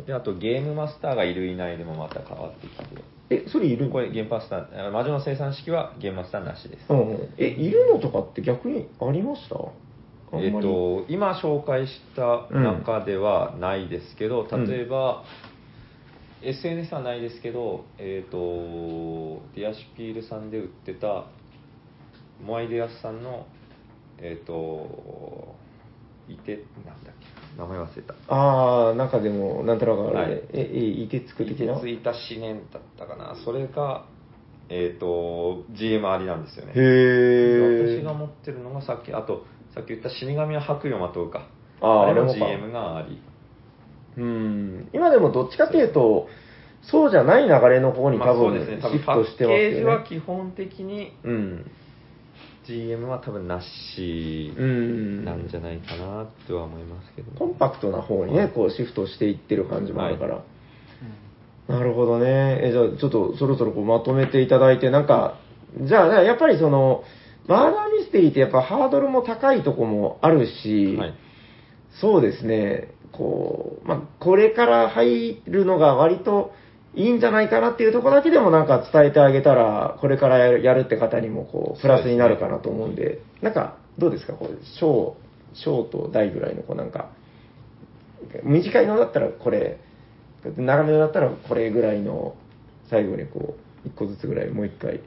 Speaker 4: ん。
Speaker 2: であとゲームマスターがいるいないでもまた変わってきて
Speaker 4: え、それいる
Speaker 2: これゲームマスターあ魔女の生産式はゲームマスターなしです
Speaker 4: うんうん。え、いるのとかって逆にありましたあんまり
Speaker 2: えっ、と、今紹介した中ではないですけど、
Speaker 4: うん
Speaker 2: 例えば、SNS はないですけど、えっ、と、ディアシュピールさんで売ってた、モアイデアスさんの、えっ、と、いて、なんだっけ、名前忘れた。
Speaker 4: ああ、なんかでも、なんとなくあれ、
Speaker 2: はい
Speaker 4: え、え、いてつく的な。
Speaker 2: ついた思念だったかな、それが、えっ、と、GM ありなんですよね。
Speaker 4: へえ。
Speaker 2: 私が持ってるのがさっき、あと、さっき言った死神は白夜まとうか。
Speaker 4: ああ
Speaker 2: あれ
Speaker 4: あれ
Speaker 2: も
Speaker 4: もか
Speaker 2: GM があり。
Speaker 4: うん。今でもどっちかというと、そうじゃない流れの方に
Speaker 2: ま
Speaker 4: 多
Speaker 2: あそう
Speaker 4: 分
Speaker 2: ですね、多
Speaker 4: シ
Speaker 2: 分
Speaker 4: フ
Speaker 2: パッ
Speaker 4: トしてます
Speaker 2: ケージ
Speaker 4: よ
Speaker 2: は
Speaker 4: ね。
Speaker 2: 基本的に
Speaker 4: うん。
Speaker 2: GM は多分なし
Speaker 4: うん
Speaker 2: なんじゃないかなとは思いますけど、
Speaker 4: コンパクトな方にね、こうシフトしていってる感じもあるから。
Speaker 2: は
Speaker 4: なるほどね。え、じゃあちょっとそろそろこうまとめていただいて、なんか、じゃあ、やっぱりその、マーダーミステリーってやっぱハードルも高いとこもあるし、
Speaker 2: はい
Speaker 4: そうですね、こう、まあ、これから入るのが割といいんじゃないかなっていうところだけでもなんか伝えてあげたら、これからやるやるって方にもこう、プラスになるかなと思うんで、なんか、どうですか、こう、小、小と大ぐらいのこうなんか、短いのだったらこれ、長めのだったらこれぐらいの、最後にこう、一個ずつぐらいもう一回、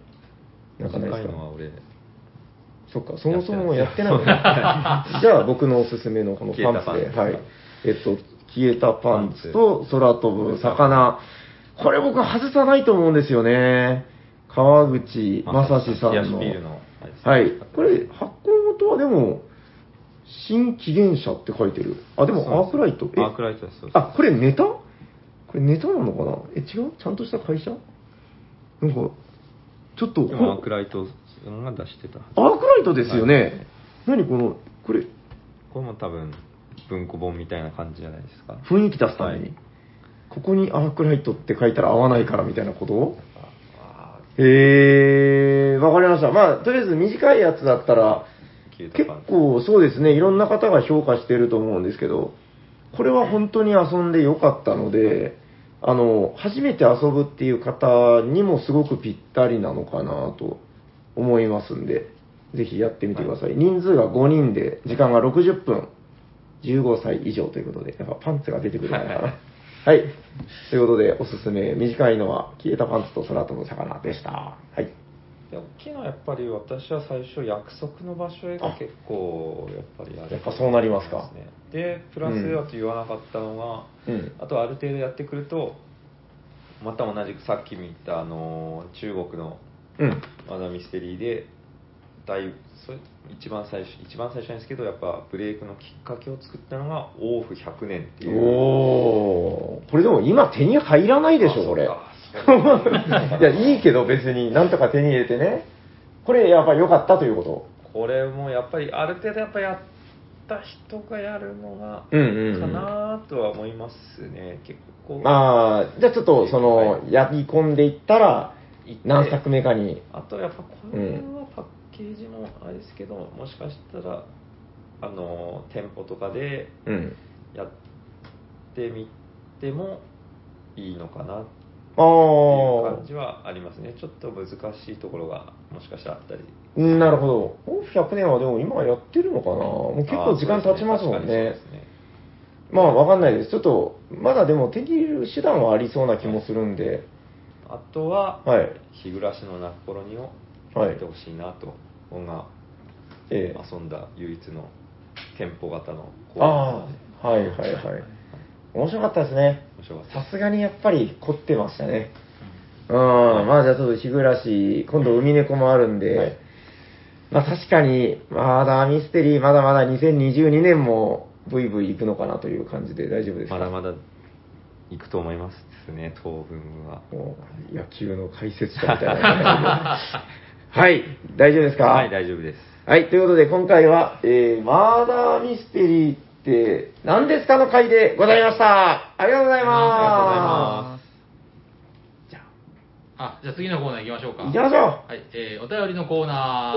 Speaker 4: なんかない
Speaker 2: 短
Speaker 4: です
Speaker 2: い
Speaker 4: か
Speaker 2: のは俺
Speaker 4: そっか、そもそもやってないのね。 じゃあ僕のおすすめのこのパンツ
Speaker 2: 消えたパ
Speaker 4: で、
Speaker 2: ンツ
Speaker 4: はい。えっと、消えたパンツと空飛ぶ魚。これ僕外さないと思うんですよね。川口正史さん
Speaker 2: 冷やし
Speaker 4: の。
Speaker 2: ビールのあれですね
Speaker 4: はい。これ、発行元はでも、新紀元社って書いてる。あ、でもアークライト。え
Speaker 2: アークライトですそうです
Speaker 4: あ、これネタこれネタなのかなえ、違うちゃんとした会社なんか、ちょっと、
Speaker 2: でもアークライトさんが出してたはず
Speaker 4: アークライトですよね。何この、これ、
Speaker 2: これも多分文庫本みたいな感じじゃないですか
Speaker 4: 雰囲気出すために。
Speaker 2: はい
Speaker 4: ここにアークライトって書いたら合わないからみたいなことへー、わかりました。まあ、とりあえず短いやつだったら、
Speaker 2: 消えた
Speaker 4: 結
Speaker 2: パンツ
Speaker 4: 構そうですね、いろんな方が評価してると思うんですけど、これは本当に遊んでよかったので、あの、初めて遊ぶっていう方にもすごくぴったりなのかなと思いますんで、ぜひやってみてください。人数が5人で、時間が60分、15歳以上ということで、やっぱパンツが出てくるのかな。はい。ということで、おすすめ、短いのは、消えたパンツと空飛ぶ魚でした。はい。
Speaker 2: いや大きいのはやっぱり私は最初約束の場所へが結構やっぱりあれ
Speaker 4: やっぱそうなりますか
Speaker 2: でプラスあと言わなかったのが、
Speaker 4: うん。
Speaker 2: あとある程度やってくるとまた同じくさっき見たあの中国の
Speaker 4: うん。
Speaker 2: マザミステリーで大それ一番最初一番最初なんですけどやっぱブレイクのきっかけを作ったのが「王府100年」っていう
Speaker 4: おーこれでも今手に入らないでしょ、これ。い
Speaker 2: あそうかそうか
Speaker 4: や、いいけど別になんとか手に入れてね。これやっぱ良かったというこ
Speaker 2: これもやっぱりある程度やっぱやった人がやるのが
Speaker 4: と。うんうん、
Speaker 2: かなとは思いますね、結構
Speaker 4: ああ、じゃあちょっとその、
Speaker 2: は
Speaker 4: やり込んでいったら、
Speaker 2: 行って
Speaker 4: 何作目かに。
Speaker 2: あとやっぱこの辺はパッケージもあれですけど、もしかしたらあの店舗とかで
Speaker 4: うん。
Speaker 2: やってみてもいいのかなって
Speaker 4: あ
Speaker 2: いう
Speaker 4: あ
Speaker 2: 感じ、はありますねちょっと難しいところがもしかしたらあったり
Speaker 4: うんなるほど。オフ100年はでも今やってるのかなもう結構時間経ちますも
Speaker 2: あーそ
Speaker 4: んね。
Speaker 2: うですね
Speaker 4: まあわかんないです。ちょっと、まだでも手に入れる手段はありそうな気もするん
Speaker 2: 確かにそうで
Speaker 4: で。
Speaker 2: すねあとは、
Speaker 4: はい。
Speaker 2: 日暮らしの泣く頃にを
Speaker 4: はい
Speaker 2: やってほしいなと、僕が
Speaker 4: ええ。
Speaker 2: 遊んだ唯一の店舗型の公園な
Speaker 4: あ
Speaker 2: ので
Speaker 4: あ、はいはいはい。面白かったですね。
Speaker 2: 面白かったです
Speaker 4: さすがにやっぱり凝ってましたね。うん、まあじゃあちょっと日暮らし、今度海猫もあるんで、
Speaker 2: はい
Speaker 4: まあ確かに、まだミステリー、まだまだ2022年もブイブイ行くのかなという感じで大丈夫ですか
Speaker 2: まだまだ行くと思いますね、当分は。
Speaker 4: もう野球の解説者みたいな。 はい、大丈夫ですか
Speaker 2: はい、大丈夫です。
Speaker 4: はい、ということで今回は、えー、マーダーミステリーって何ですかの回でございました。ありがとうございます。
Speaker 2: あ
Speaker 1: あ、じゃあ次のコーナー行きましょうか。
Speaker 4: 行きましょ
Speaker 1: はい、えー、お便りのコーナー。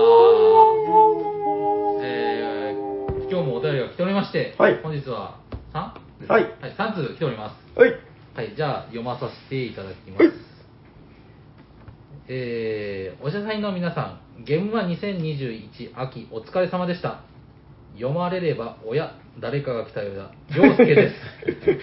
Speaker 1: えー、今日もお便りが来ておりまして、
Speaker 4: はい
Speaker 1: 本日は 3?
Speaker 4: は
Speaker 1: は
Speaker 4: い
Speaker 1: い、3通来ておりま
Speaker 4: う。はい。
Speaker 1: す。はい、じゃあ読まさせていただきます
Speaker 4: はい。
Speaker 1: えー、お医者さんの皆さん、ゲームは2021秋お疲れ様でした。読まれれば、おや、誰かが来たようだ。りょうすけ です。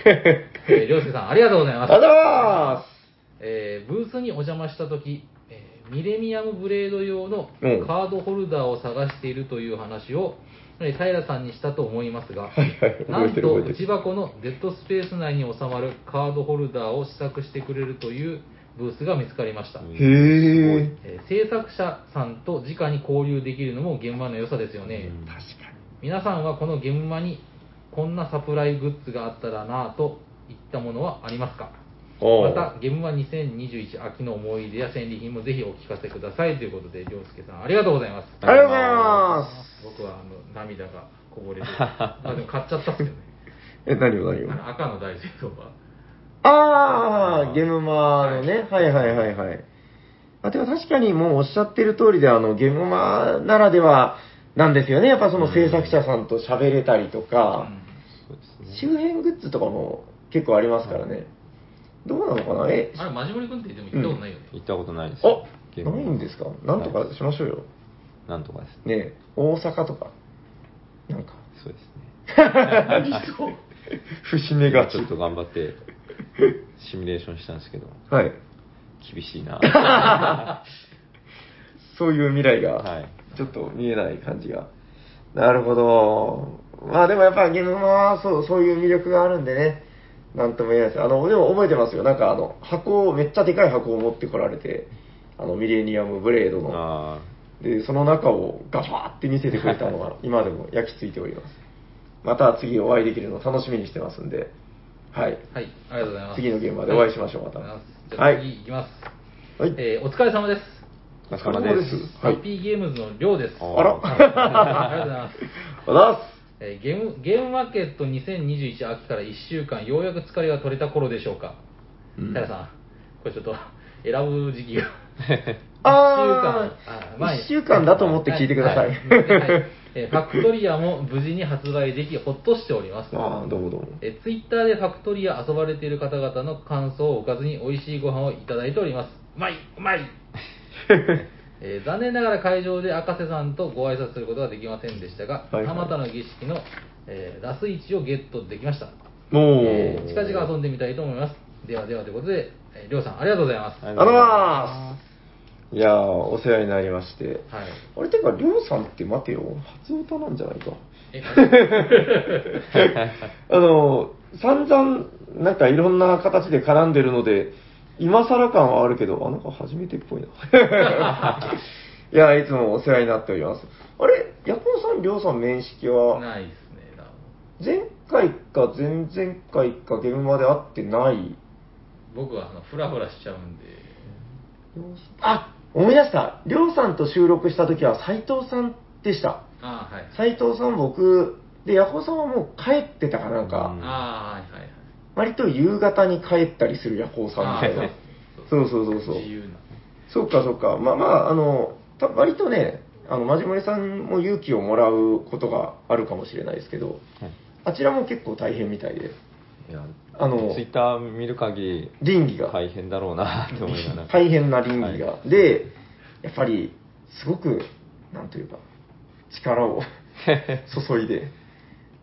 Speaker 1: えー、りょうすけさん、ありがとうござい
Speaker 4: あ
Speaker 1: ます
Speaker 4: りがとうご。ざいます。
Speaker 1: えーブースにお邪魔した時、えーミレニアムブレード用の
Speaker 4: うん
Speaker 1: カードホルダーを探しているという話を、えー平さんにしたと思いますが、
Speaker 4: はいはい
Speaker 1: な
Speaker 4: 覚え
Speaker 1: ん
Speaker 4: てる
Speaker 1: と
Speaker 4: 覚えてる
Speaker 1: 内箱のデッドスペース内に収まるカードホルダーを試作してくれるというブースが見つかりました、
Speaker 2: うん
Speaker 4: へえ。
Speaker 1: えー制作者さんと直に交流できるのも現場の良さですよね、
Speaker 2: うん
Speaker 1: 皆さんはこの現場にこんなサプライグッズがあったらなぁといったものはありますか
Speaker 2: お
Speaker 1: ま
Speaker 2: ー
Speaker 1: た、ゲームは2021秋の思い出や戦利品もぜひお聞かせくださいということで、りょうすけさん、ありがとうございます。
Speaker 4: ありがとうございます。
Speaker 1: 僕はあの涙がこぼれ て、まあでも買っちゃったっすけどね。
Speaker 4: え、何を何を
Speaker 1: あの赤の大事とか。
Speaker 4: ああ、ゲムマのね、はいはいはいはい。あ、でも確かにもうおっしゃってる通りで、あの、ゲムマならではなんですよね。やっぱその制作者さんと喋れたりとか、
Speaker 2: そうですね
Speaker 4: 周辺グッズとかも結構ありますからね。どうなのかなえ
Speaker 1: うん、あれ、マジモリ君ってでも行ったことないよね。
Speaker 2: 行ったことないです
Speaker 4: あ
Speaker 2: ゲー
Speaker 4: な
Speaker 2: ムはい
Speaker 4: んですかなんとかしましょうよ。
Speaker 2: なんとかです
Speaker 4: ねえ大阪とか。なんか、
Speaker 2: そうですね
Speaker 4: 節目が
Speaker 2: ち
Speaker 4: ち
Speaker 2: ょっ。と頑張ってシミュレーションしたんですけど
Speaker 4: はい。
Speaker 2: 厳しい な
Speaker 4: そういう未来が。
Speaker 2: はい
Speaker 4: ちょっと見えない感じが。なるほど。まあでもやっぱゲームはそうそういう魅力があるんでね、なんとも言えないです。あの、でも覚えてますよ。なんかあの、箱を、めっちゃでかい箱を持ってこられて、あの、ミレニアムブレードの。
Speaker 2: あ
Speaker 4: で、その中をガシャーって見せてくれたの が、今でも焼き付いております。また次お会いできるの楽しみにしてますんで、はい。
Speaker 1: はい、ありがとうございます。
Speaker 4: 次の現場でお会いしましょうまた
Speaker 1: ありがとございますじゃ
Speaker 4: は
Speaker 1: あ
Speaker 4: い
Speaker 1: 次行きます。
Speaker 4: はい。
Speaker 1: えーお疲れ様です。
Speaker 2: お疲れ様です
Speaker 4: は
Speaker 1: ハ
Speaker 4: い
Speaker 1: ッ。ピーゲームズのりょうです。
Speaker 2: あ
Speaker 4: あら。
Speaker 1: ありがとうございます。
Speaker 4: おはようございます。
Speaker 1: えーゲームゲームマーケット2021秋から1週間、ようやく疲れが取れた頃でしょうか。
Speaker 2: う
Speaker 1: 太
Speaker 2: ん
Speaker 1: 陽さん、これちょっと選ぶ時期 が。
Speaker 4: あ
Speaker 1: 一週間あ
Speaker 4: あ、
Speaker 1: まあ
Speaker 4: 1週間だと思って聞いてくだ
Speaker 1: は
Speaker 4: さい。
Speaker 1: はいえーファクトリアも無事に発売でき、ほっとしております。
Speaker 4: ああ、どうもどうも。
Speaker 1: えツイッター Twitter でファクトリア遊ばれている方々の感想をおかずに美味しいご飯をいただいております。うまいう まいえー残念ながら会場で赤瀬さんとご挨拶することはできませんでしたが、
Speaker 4: はいはい
Speaker 1: 蒲田の儀式の、えーラスイチをゲットできました、
Speaker 4: もう、
Speaker 1: えー近々遊んでみたいと思いますではではということで、えーりょうさんありがとうございます、
Speaker 2: あ
Speaker 4: あ
Speaker 2: り
Speaker 4: り
Speaker 2: が
Speaker 4: が
Speaker 2: と
Speaker 4: と
Speaker 2: う
Speaker 4: う
Speaker 2: ご
Speaker 4: ご
Speaker 2: ざ
Speaker 4: ざ
Speaker 2: い
Speaker 4: い
Speaker 2: ま
Speaker 4: ます。いやー、お世話になりまして。
Speaker 1: はい、
Speaker 4: あれ、てか、りょうさんって待てよ、初歌なんじゃないか。
Speaker 1: えはい
Speaker 4: あの、散々、なんかいろんな形で絡んでるので、今更感はあるけど、あの子初めてっぽい な。いや、いつもお世話になっております。あれ、ヤコウさん、りょうさん面識は、
Speaker 1: ないですねなんも
Speaker 4: 前回か前々回かゲームまで会ってない
Speaker 1: 僕はあのフラフラしちゃうんで
Speaker 4: あ思い出したりょうさんと収録した時は斎藤さんでした
Speaker 1: ああはい
Speaker 4: 斎藤さん僕でヤホーさんはもう帰ってたかなんか、
Speaker 2: うん
Speaker 1: ああはいはいはい
Speaker 4: 割と夕方に帰ったりするヤホーさんみたい
Speaker 1: あ
Speaker 4: な
Speaker 1: ー
Speaker 4: そうそうそうそう
Speaker 1: 自由な
Speaker 4: そうかそうかまあまああのた割とねあのマジモリさんも勇気をもらうことがあるかもしれないですけど
Speaker 2: すはい
Speaker 4: あちらも結構大変みたいで
Speaker 2: いや
Speaker 4: あの
Speaker 2: ツイッター見る限り
Speaker 4: 倫理が
Speaker 2: 大変だろうなと思いながら
Speaker 4: 大変な倫理が、
Speaker 2: は
Speaker 4: でやっぱりすごくなんというか力を注いで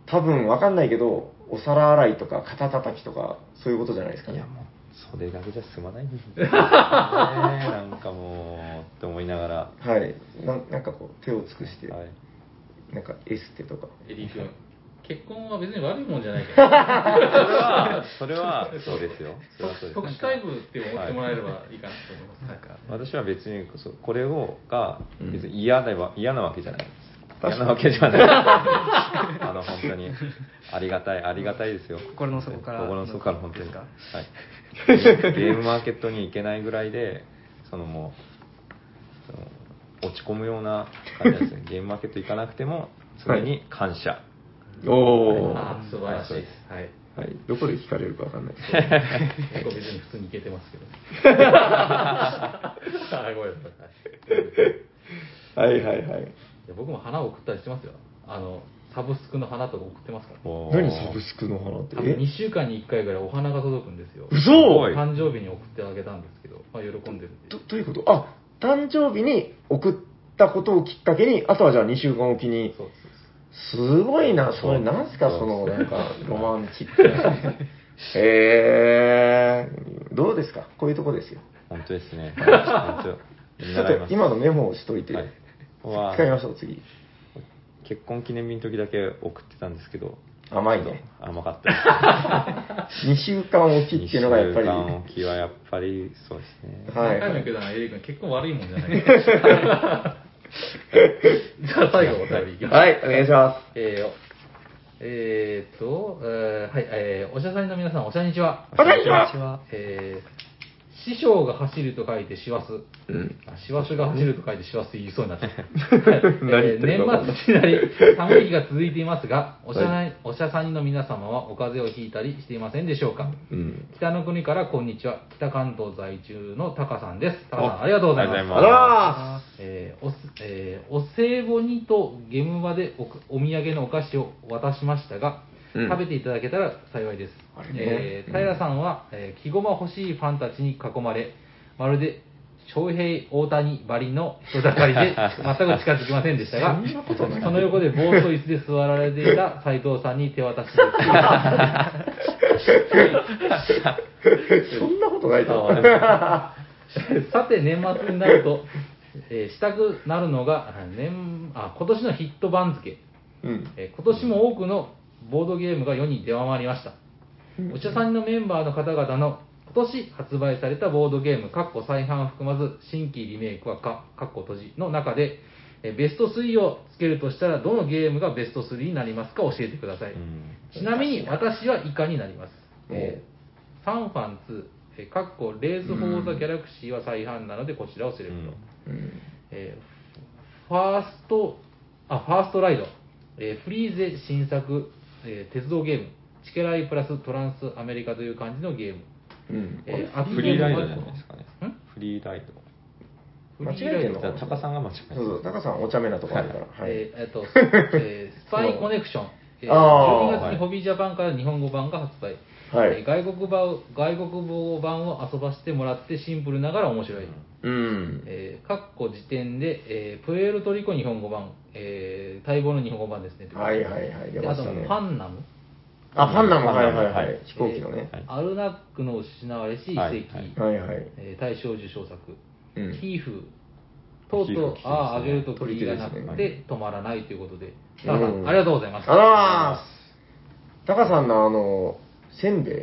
Speaker 4: 多分わかんないけどお皿洗いとか肩叩きとかそういうことじゃないですか
Speaker 2: い
Speaker 4: ね
Speaker 2: やもうそれだけじゃ済まないんです よねなんかもうって思いながら
Speaker 4: はいななんかこう手を尽くして、
Speaker 2: はい
Speaker 4: なんかエステとか
Speaker 1: エリー君結婚は別に悪いもんじゃない から
Speaker 2: それはそれはそうですよそれはそう
Speaker 1: 特
Speaker 2: です
Speaker 1: 特殊タイプって思ってもらえればいいかなと思います、
Speaker 2: なんか私は別にそうこれをが別に嫌では、嫌なわけじゃないです嫌なわけじゃ ないあの本当にありがたいありがたいですよ
Speaker 3: 心の底から
Speaker 2: 心の底から本当に
Speaker 3: ですか
Speaker 2: はい、ゲームマーケットに行けないぐらいでそのもうその落ち込むような感じなん ですねゲームマーケット行かなくても常に感謝、
Speaker 4: おー
Speaker 1: ああ素晴らしいです、はい、
Speaker 4: はい、どこで聞かれるかわかんないです
Speaker 1: 結構別に普通にいけてますけど あーごめんなさい
Speaker 4: けどはいはいはい
Speaker 1: いや僕も花を送ったりしてますよあのサブスクの花とか送ってますから
Speaker 2: おー
Speaker 4: 何サブスクの花って
Speaker 1: 多分
Speaker 4: え
Speaker 1: 2週間に1回ぐらいお花が届くんですよ
Speaker 4: 嘘
Speaker 2: ごい
Speaker 1: 誕生日に送ってあげたんですけど、まあ、喜んでるって
Speaker 4: どどういうことあ誕生日に送ったことをきっかけにあとはじゃあ2週間おきに
Speaker 1: そう
Speaker 4: すごいな、それ、なんすか、その、なんか、ロマンチックな。えー、どうですかこういうとこですよ。
Speaker 2: 本当ですね本当
Speaker 4: ちょ
Speaker 2: 習い
Speaker 4: っ
Speaker 2: ま
Speaker 4: と
Speaker 2: す
Speaker 4: 今のメモをしといて、
Speaker 2: はいここは
Speaker 4: 使いましょう、次。
Speaker 2: 結婚記念日の時だけ送ってたんですけど
Speaker 4: 甘いね。
Speaker 2: 甘かったです
Speaker 4: 2週間おきっていうのがやっぱり、
Speaker 2: 2週間おきはやっぱりそうですね
Speaker 1: そう
Speaker 4: は
Speaker 1: 何
Speaker 4: い
Speaker 1: 回も言うけどなエリー君結構悪いもんじゃないじゃ あ最後お便りいきます
Speaker 4: はい、お願いしま
Speaker 1: えーえーっと、えーはい、えーおしゃさんの皆さん、おしゃにちは。
Speaker 4: おしゃにちは
Speaker 1: えー師匠が走ると書いて師走。
Speaker 4: うん。
Speaker 1: あ師走が走ると書いて師走言いそうにな った。
Speaker 2: 何言
Speaker 1: え
Speaker 2: っ
Speaker 1: ー
Speaker 2: て
Speaker 1: 年
Speaker 2: るか分かんない
Speaker 1: 末になり、寒い日が続いてい ますが、おしゃな、
Speaker 4: はい
Speaker 1: おしゃさんの皆様はお風邪をひいたりしていませんでしょうか
Speaker 4: うん。
Speaker 1: 北の国からこんにちは。北関東在住のタカさんです。タカさん、ありがとうございます。
Speaker 2: ありがとうございます
Speaker 4: あら
Speaker 1: えーおすえーお歳暮にと現場でおくお土産のお菓子を渡しましたが、
Speaker 4: うん
Speaker 1: 食べていただけたら幸いです、
Speaker 4: あれね
Speaker 1: えー平さんは、えー着駒欲しいファンたちに囲まれまるで翔平大谷ばりの人だかり で全く近づきませんでしたが
Speaker 4: そんなことない
Speaker 1: その横で棒と椅子で座られていた斉藤さんに手渡しです
Speaker 4: ー そんなことないと思う。
Speaker 1: さて、年末になると、えーしたくなるのが、あ年あ今年のヒット番付、
Speaker 4: うん。
Speaker 1: えー今年も多くのボードゲームが世に出回りました。お茶さんのメンバーの方々の今年発売されたボードゲーム、かっこ再販を含まず、新規リメイクはか、かっこ閉じの中で、えーベスト3をつけるとしたら、どのゲームがベスト3になりますか教えてください。
Speaker 2: うん
Speaker 1: ちなみに私は以下になります。
Speaker 4: お
Speaker 1: えー、サンファン2、えー、かっこレーズ・フォー・ザ・ギャラクシーは再販なのでこちらをセレクト。
Speaker 4: うん。
Speaker 1: えーファースト、あ、ファーストライド、えーフリーゼ新作、えー鉄道ゲーム、チケライプラストランスアメリカという感じのゲーム。
Speaker 4: うん。
Speaker 1: えーア
Speaker 2: フリーライドじゃないですかね
Speaker 1: ん。
Speaker 2: フリーライド。
Speaker 4: 間違えてん
Speaker 2: じ
Speaker 4: の
Speaker 2: ゃあ、タカさんが間違え
Speaker 4: そうそう、タカさんお茶目なとこあるから。はい
Speaker 1: え。ーえっと、え ースパイコネクション。えー
Speaker 4: あ
Speaker 2: ー
Speaker 1: 12月にホビージャパンから日本語版が発売。
Speaker 4: はい
Speaker 1: えー外国版を外国語版を遊ばせてもらってシンプルながら面白い。
Speaker 4: うん。
Speaker 1: えー、かっこ時点で、えープエルトリコ日本語版、えー、待望の日本語版ですね。
Speaker 4: はいはいはい、
Speaker 1: で
Speaker 4: 出ま
Speaker 1: あ
Speaker 4: し
Speaker 1: と
Speaker 4: たね。
Speaker 1: パンナム、
Speaker 4: あ、パンナも、はいはい
Speaker 2: パンナム
Speaker 4: は
Speaker 2: はい
Speaker 4: い。飛行機のね。
Speaker 1: えーアルナックの失われし遺跡、
Speaker 2: はいはい
Speaker 4: はいはい。
Speaker 1: えー大賞受賞作、
Speaker 4: うん
Speaker 1: キーフ、とう
Speaker 2: キー
Speaker 1: と
Speaker 2: フ
Speaker 1: う
Speaker 2: 聞きまし、たね
Speaker 1: ああ、上げるとクリがなく
Speaker 4: 取り手
Speaker 1: て止まらないということで、
Speaker 4: ん
Speaker 1: さあさんありがとうございます。
Speaker 4: あらータカさんのあの、せんべい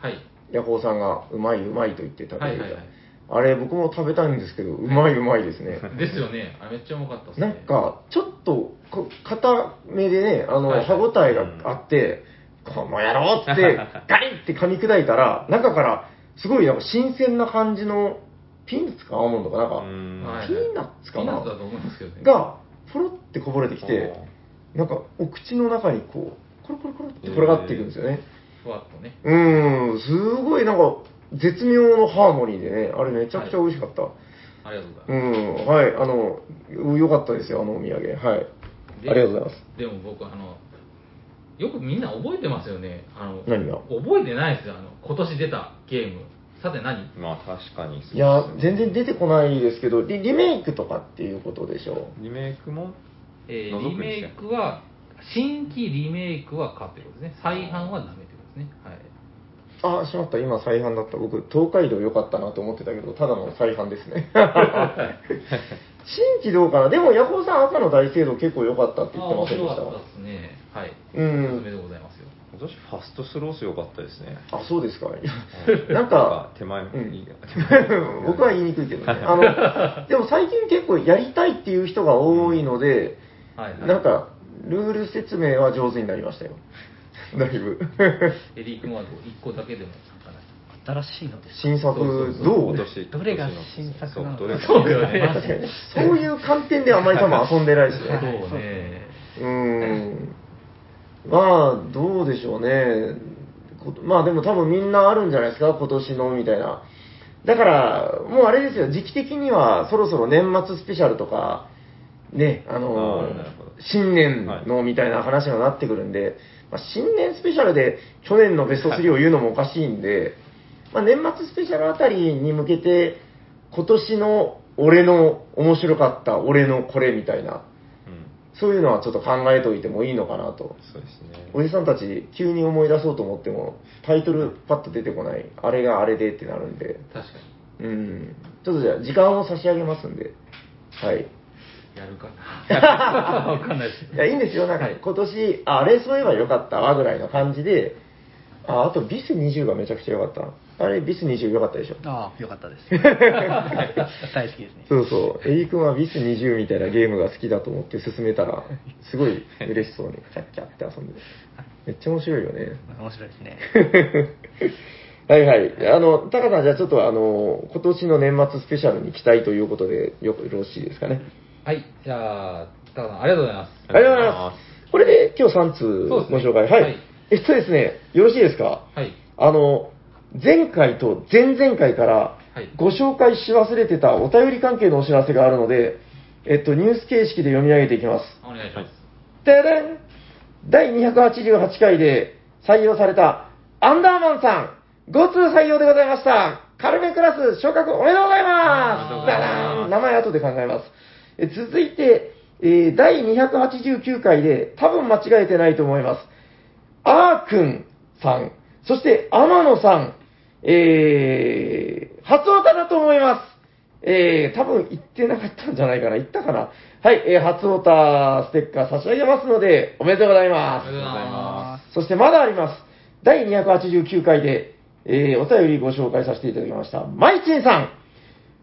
Speaker 1: はい。
Speaker 4: ヤホーさんがうまいうまいと言って食べ
Speaker 1: はい
Speaker 4: て
Speaker 1: はい
Speaker 4: た
Speaker 1: はい。
Speaker 4: あれ僕も食べたいんですけど、うまいうまいですね。
Speaker 1: ですよね。あれめっちゃうまかったですね。
Speaker 4: なんか、ちょっとこ、硬めでね、あの、
Speaker 1: はいはい
Speaker 4: 歯応えがあって、この野郎っつ って、ガリって噛み砕いたら、中から、すごいなんか新鮮な感じの、ピーナッツかアーモンドかなんか、
Speaker 2: うん
Speaker 1: はいはい、
Speaker 4: ピーナッツかな
Speaker 1: ピーナッツだと思うんですけどね。
Speaker 4: が、ポロってこぼれてきて、なんか、お口の中にこう、コロコロコロって転がっていくんですよね。
Speaker 1: ふわっとね。
Speaker 4: うーん、すごいなんか、絶妙のハーモニーでね、あれめちゃくちゃ美味しかった。
Speaker 1: ありがとうございます。
Speaker 4: うん、はい、あの、よかったですよ、あのお土産。はい。
Speaker 1: で
Speaker 4: ありがとうございます。
Speaker 1: でも僕あのよくみんな覚えてますよねあの
Speaker 4: 何が
Speaker 1: 覚えてないですよあの今年出たゲームさて何
Speaker 2: まあ、確かにそうですね
Speaker 4: いや、全然出てこないですけど、リリメイクとかっていうことでしょ
Speaker 2: リメイクも
Speaker 1: えー
Speaker 2: 覗
Speaker 1: リ
Speaker 2: くんで
Speaker 1: メ
Speaker 2: す
Speaker 1: イ
Speaker 2: よ
Speaker 1: クは新規リメイクは買ってことですね再販はダメってことですね はい
Speaker 4: ああ、しまった、今再販だった。僕、東海道良かったなと思ってたけど、ただの再販ですね。新規どうかなでも、ヤホーさん赤の大聖堂結構良かったって
Speaker 1: あ
Speaker 4: 言
Speaker 1: あ
Speaker 4: っ
Speaker 1: 面
Speaker 4: てません
Speaker 1: 白かっ
Speaker 4: でした
Speaker 1: たですねはい、
Speaker 4: うん
Speaker 1: おすすめでございますよ
Speaker 2: 今年ファストスロース良かったですね。
Speaker 4: あ、そうですか。 なんか、
Speaker 2: 手前、
Speaker 4: うん
Speaker 2: いいや
Speaker 4: 僕は言いにくいけどね。あの、でも最近結構やりたいっていう人が多いので、
Speaker 1: はいはい
Speaker 4: なんか、ルール説明は上手になりましたよ。だいぶ。
Speaker 1: エリー君は1個だけでも参加ない
Speaker 3: 新しいのです
Speaker 4: 新作、どう
Speaker 2: 今年
Speaker 3: どれが新作なのか
Speaker 2: そうどれが
Speaker 1: そうよね
Speaker 4: そういう観点であまり多分遊んでないし
Speaker 1: そう
Speaker 4: ね。
Speaker 1: ね
Speaker 4: うーん。まあ、どうでしょうね。ことまあでも多分みんなあるんじゃないですか、今年のみたいな。だから、もうあれですよ、時期的にはそろそろ年末スペシャルとか、ね、あの
Speaker 2: あーなるほど
Speaker 4: 新年のみたいな話がなってくるんで、まあ、新年スペシャルで去年のベスト3を言うのもおかしいんで、まあ、年末スペシャルあたりに向けて、今年の俺の面白かった、俺のこれみたいな、
Speaker 2: うん
Speaker 4: そういうのはちょっと考えておいてもいいのかなと。
Speaker 2: そうですね。
Speaker 4: おじさんたち、急に思い出そうと思っても、タイトルパッと出てこない。あれがあれでってなるんで。
Speaker 1: 確か
Speaker 4: うん。ちょっとじゃあ、時間を差し上げますんで。はい。
Speaker 1: にやるかな わかんないです
Speaker 4: いや、いいんですよ。なんか、
Speaker 1: はい
Speaker 4: 今年、ああれそういえばよかったわ、ぐらいの感じで、あ、あと、ビス20がめちゃくちゃ良かった。あれ、ビス20良かったでしょ。
Speaker 3: ああよかったです大好きですね
Speaker 4: そうそう。エリ君はビス20みたいなゲームが好きだと思って進めたら、すごい嬉しそうに、キャッキャって遊んでる。
Speaker 1: あ
Speaker 4: めっちゃ面白いよね。
Speaker 3: 面白いですね。
Speaker 4: はいはい。あの、タカさん、じゃあちょっとあの、今年の年末スペシャルに期待ということで、よよろしいですかね。
Speaker 1: はい、じゃあ、タカさん、ありがとうございます。
Speaker 4: ありがとうございます。これで今日3通
Speaker 1: そうです
Speaker 4: ご
Speaker 1: ね
Speaker 4: 紹介。はい、
Speaker 1: はい
Speaker 4: えっとですね、よろしいですか
Speaker 1: はい、
Speaker 4: あの、前回と前々回から
Speaker 1: はい
Speaker 4: ご紹介し忘れてたお便り関係のお知らせがあるので、えっと、ニュース形式で読み上げていきます。
Speaker 1: お願いします。
Speaker 4: てれん第288回で採用されたアンダーマンさん、5通採用でございました。カルメクラス昇格おめでとうござい
Speaker 2: ありが
Speaker 4: ま
Speaker 2: とう
Speaker 4: す
Speaker 2: ござ
Speaker 4: だ
Speaker 2: い
Speaker 4: ら
Speaker 2: ます
Speaker 4: ん名前後で考えます。え続いて、えー第289回で多分間違えてないと思います。あーくんさん、そして天野さん、えー、初オタだと思います。えー、多分言ってなかったんじゃないかな。言ったかな。はい、えー、初オタステッカー差し上げますので、おめでとうございます
Speaker 1: あり。がとうございま
Speaker 4: そしてまだあります。第289回で、えー、お便りご紹介させていただきました。マイチンさん、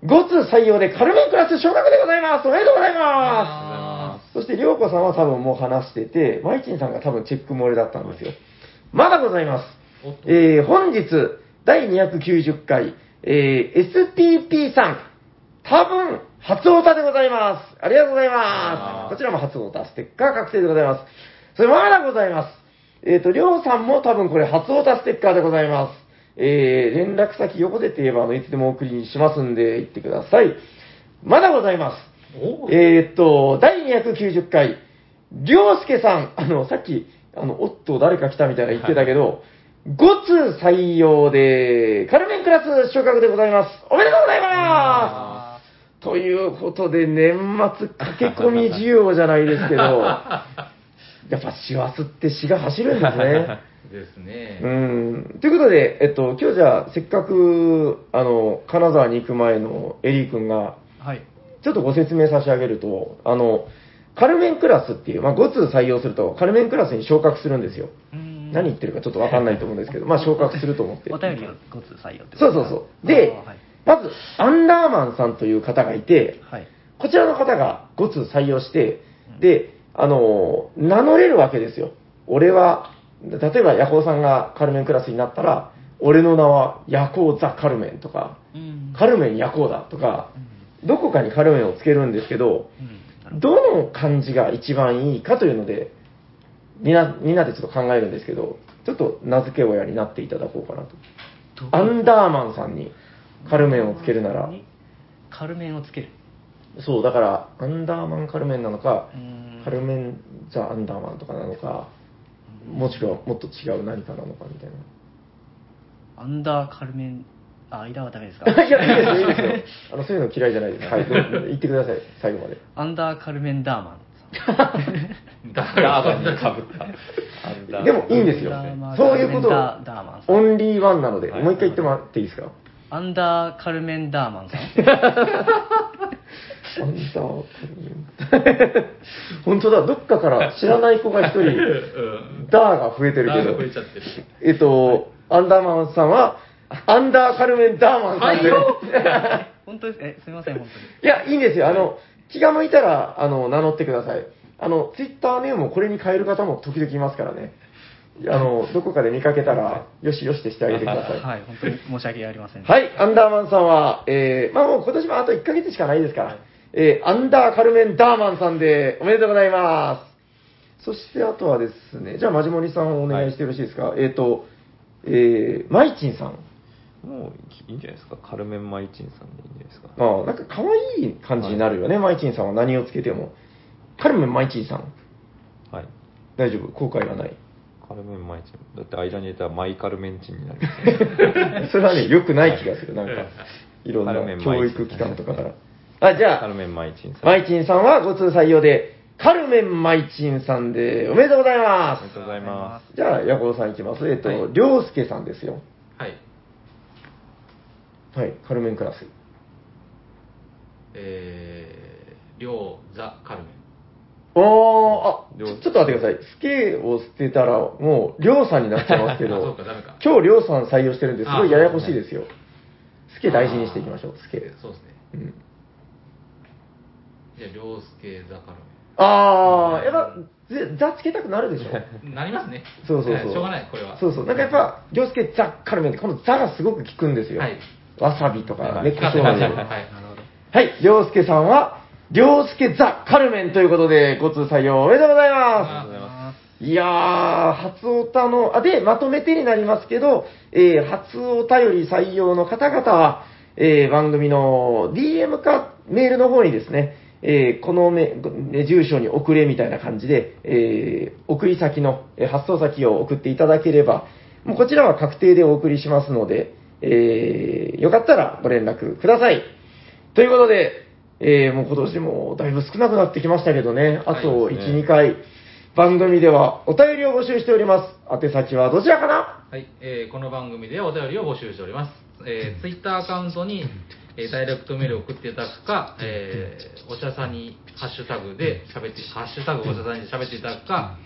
Speaker 4: 5通採用でカルメンクラス昇格でございます。おめでとうございます。
Speaker 1: あ
Speaker 4: そして、りょうこさんは多分もう話してて、マイチンさんが多分チェック漏れだったんですよ。まだございます。
Speaker 1: りがとうございます。おっと、
Speaker 4: えー、本日、第290回、えー、STP さん、多分、初オタでございます。ありがとうございま
Speaker 1: あ
Speaker 4: す。
Speaker 1: ー
Speaker 4: こちらも初オタステッカー確定でございます。それまだございます。えっ、と、りょうさんも多分これ初オタステッカーでございます。えー、連絡先横でって言えば、あの、いつでもお送りしますんで、行ってください。まだございます。
Speaker 1: お
Speaker 4: えーっと、第290回、りょうすけさん、あの、さっき、あの、おっと、誰か来たみたいな言ってたけど、5通採用で、カルメンクラス昇格でございます。おめでとうございま
Speaker 3: あ
Speaker 4: すということで、年末駆け込み需要じゃないですけど、やっぱ師走って詩が走るんですね。
Speaker 1: です
Speaker 4: う
Speaker 1: ね。
Speaker 4: ん。ということで、えっと、今日じゃあ、せっかく、あの、金沢に行く前のエリー君が、
Speaker 3: ーはい。
Speaker 4: ちょっとご説明差し上げると、あの、カルメンクラスっていう、まあ、5通採用すると、カルメンクラスに昇格するんですよ。
Speaker 3: うん
Speaker 4: 何言ってるかちょっとわかんないと思うんですけど、まあ、昇格すると思って。
Speaker 3: お便りを5つ採用ってこと
Speaker 4: そうそうそう。で、
Speaker 3: あーはい
Speaker 4: まず、アンダーマンさんという方がいて、
Speaker 3: はい。
Speaker 4: こちらの方が5通採用して、で、あの、名乗れるわけですよ。俺は、例えば、ヤコウさんがカルメンクラスになったら、俺の名はヤコウザカルメンとか、
Speaker 3: うん
Speaker 4: カルメンヤコウだとか
Speaker 3: う、ん
Speaker 4: どこかにカルメンをつけるんですけど、
Speaker 3: うんなるほど
Speaker 4: どの漢字が一番いいかというので、みんな、みんなでちょっと考えるんですけど、ちょっと名付け親になっていただこうかなと。
Speaker 3: どこ
Speaker 4: アンダーマンさんにカルメンをつけるなら、
Speaker 3: カルメンをつける。
Speaker 4: そう、だから、アンダーマンカルメンなのか
Speaker 3: う、ん
Speaker 4: カルメンザ・アンダーマンとかなのか、もしくはもっと違う何かなのかみたいな。
Speaker 3: アンダーカルメン、あ、間はダメですか
Speaker 4: いや、いいですよ、いいです よ。あの、そういうの嫌いじゃないです。はい、どう言ってください、最後まで。
Speaker 3: アンダーカルメンダーマン
Speaker 1: だ
Speaker 2: ダーマンにかぶった。
Speaker 4: でも、いいんですよ
Speaker 3: ダーマ。ン
Speaker 4: そういうことを
Speaker 3: ダーダーマンさん
Speaker 4: オンリーワンなので、
Speaker 2: はい
Speaker 4: もう一回言ってもらっていいですか
Speaker 3: さん。アンダーカルメンダー マンさん。
Speaker 4: アンダーカルメン 本当だ、どっかから知らない子が一
Speaker 1: う
Speaker 4: 人、
Speaker 1: ん。
Speaker 4: ダーが増えてる
Speaker 1: だーが増え
Speaker 4: け
Speaker 1: ちゃ
Speaker 4: ど、
Speaker 1: ってる。
Speaker 4: えっと、アンダーマンさんは、アンダーカルメンダーマンさんで、
Speaker 3: 本当ですえ、すみません、本
Speaker 4: いや、いいんですよ。あの、気が向いたら、あの、名乗ってください。あの、ツイッターネームをこれに変える方も時々いますからね。あの、どこかで見かけたら、よしよしとしてあげてくだ
Speaker 3: 当
Speaker 4: さい。
Speaker 3: に。はい、本当に申し訳ありません。。
Speaker 4: はいい、アンダーマンさんは、えー、まあもう今年もあと1ヶ月しかないですから、えー、アンダーカルメンダーマンさんでおめでとうございます。そしてあとはですね、じゃあマジモリさんをお願いしてよろしいですか、えっ、と、えー、マイチンさん。
Speaker 2: もういいんじゃないですか。カルメンマイチンさんでいいんじゃないですか。
Speaker 4: まあ、なんか可愛い感じになるよね、マイチンさんは何をつけても。カルメンマイチンさん。
Speaker 2: はい。
Speaker 4: 大丈夫、後悔はない。
Speaker 2: カルメンマイチン。だって間に入れたらマイカルメンチンになる。
Speaker 4: それはね、良くない気がする、なんか。いろんな
Speaker 2: カルメンマイ
Speaker 4: 教
Speaker 2: チン
Speaker 4: 育機関とかから。あ、じゃあ、
Speaker 2: カルメンマイチンさん。
Speaker 4: マイチンさんはご通採用で、カルメンマイチンさんで、おめでとうございま。
Speaker 2: おめですとうございま
Speaker 4: じゃあ、ヤコウさんいきます。えっ
Speaker 1: は
Speaker 4: と、
Speaker 1: い
Speaker 4: りょうすけさんですよ。
Speaker 1: はい。
Speaker 4: はい、カルメンクラス。
Speaker 1: えー、りょう、ザ・カルメン。
Speaker 4: おー、あ、ち
Speaker 2: りょう
Speaker 4: ょちょっと待ってください。スケを捨てたら、もう、りょうさんになっちゃいますけ
Speaker 1: あ そう
Speaker 4: ど
Speaker 1: かダメか、
Speaker 4: 今日りょうさん採用してるんですごい
Speaker 1: あ
Speaker 4: ややこしいですよ。スケ大事にしていきましょう、スケ。
Speaker 1: そうですね。
Speaker 4: うん
Speaker 1: じゃあ、りょうすけ・ザ・カルメン。
Speaker 4: ああ、やっぱ、ぜざつけたくなるで しょ。
Speaker 1: なりますね。
Speaker 4: そうそう
Speaker 1: は
Speaker 4: そ。
Speaker 1: いうしょうがない、これは。
Speaker 4: そうそう。なんかやっぱ、凌介ザッカルメンって、このザがすごく効くんですよ。
Speaker 1: はい
Speaker 4: わさびとか、
Speaker 2: はい
Speaker 4: ね、
Speaker 1: 聞
Speaker 4: 胡
Speaker 1: かせ
Speaker 4: 椒
Speaker 1: てください。
Speaker 4: の。
Speaker 1: はい。
Speaker 4: はい、凌介さんは、凌介ザ・カルメンということで、ご通採用おめでとうござい
Speaker 1: あ
Speaker 4: ま。
Speaker 1: りがとうございます
Speaker 4: いやー、初オタの、あ、で、まとめてになりますけど、えー、初オタより採用の方々は、えー、番組の DM かメールの方にですね、えー、このめ、ね住所に送れみたいな感じで、えー、送り先の、えー発送先を送っていただければ、もうこちらは確定でお送りしますので、えー、よかったらご連絡ください。ということで、えーもう今年もだいぶ少なくなってきましたけどね、あと
Speaker 2: はい
Speaker 4: 1、
Speaker 2: ですね
Speaker 4: 2回、番組ではお便りを募集しております。宛先はどちらかな
Speaker 1: はい、えーこの番組ではお便りを募集しております。えー、ツイッターアカウント に、えーダイレクトメールを送っていただくか、えーおしゃさんにハッシュタグで喋って、ハッシュタグおしゃさんに喋っていただくか、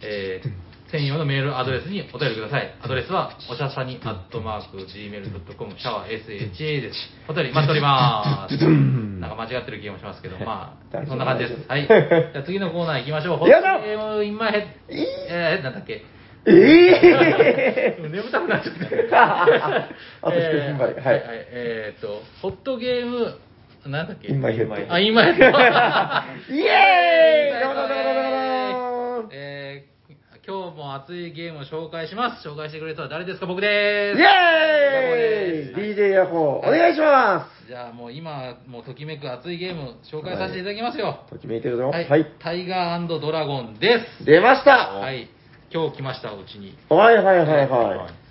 Speaker 1: えー専用のメールアドレスにお便りください。アドレスは、おしゃさにアットマーク gmail.com、シャワー SHA です。お便り待っております。なんか間違ってる気もしますけど、まあ
Speaker 4: 大、丈夫
Speaker 1: そんな感じです。はい。
Speaker 4: 大
Speaker 1: じ
Speaker 4: 丈夫
Speaker 1: ゃあ次のコーナー行きましょう。
Speaker 4: やだ
Speaker 1: ゲームインマイヘッドえー、なんだっけ
Speaker 4: え
Speaker 1: でも眠たくなっちゃった。
Speaker 4: ー、 あと一分前、
Speaker 1: えー
Speaker 4: は。
Speaker 1: はいい。えーっと、ホットゲーム、なんだっけ
Speaker 4: 今言うと。イ
Speaker 1: あ、 今やった。
Speaker 4: エーイ
Speaker 1: イ
Speaker 4: ダラダラダラダラーン
Speaker 1: えー今日も熱いゲームを紹介します。紹介してくれたのは誰ですか僕で
Speaker 4: イエーイ
Speaker 1: す。
Speaker 4: !DJ ヤホー、お願いしま
Speaker 1: じゃあもう今、もうときめく熱いゲーム紹介させていただきますよ。
Speaker 4: すときめいてるぞ。は。
Speaker 1: はいい。タイガードラゴンです。
Speaker 4: 出ました
Speaker 1: はい。今日来ました、うちに。
Speaker 4: はいはいはいはい。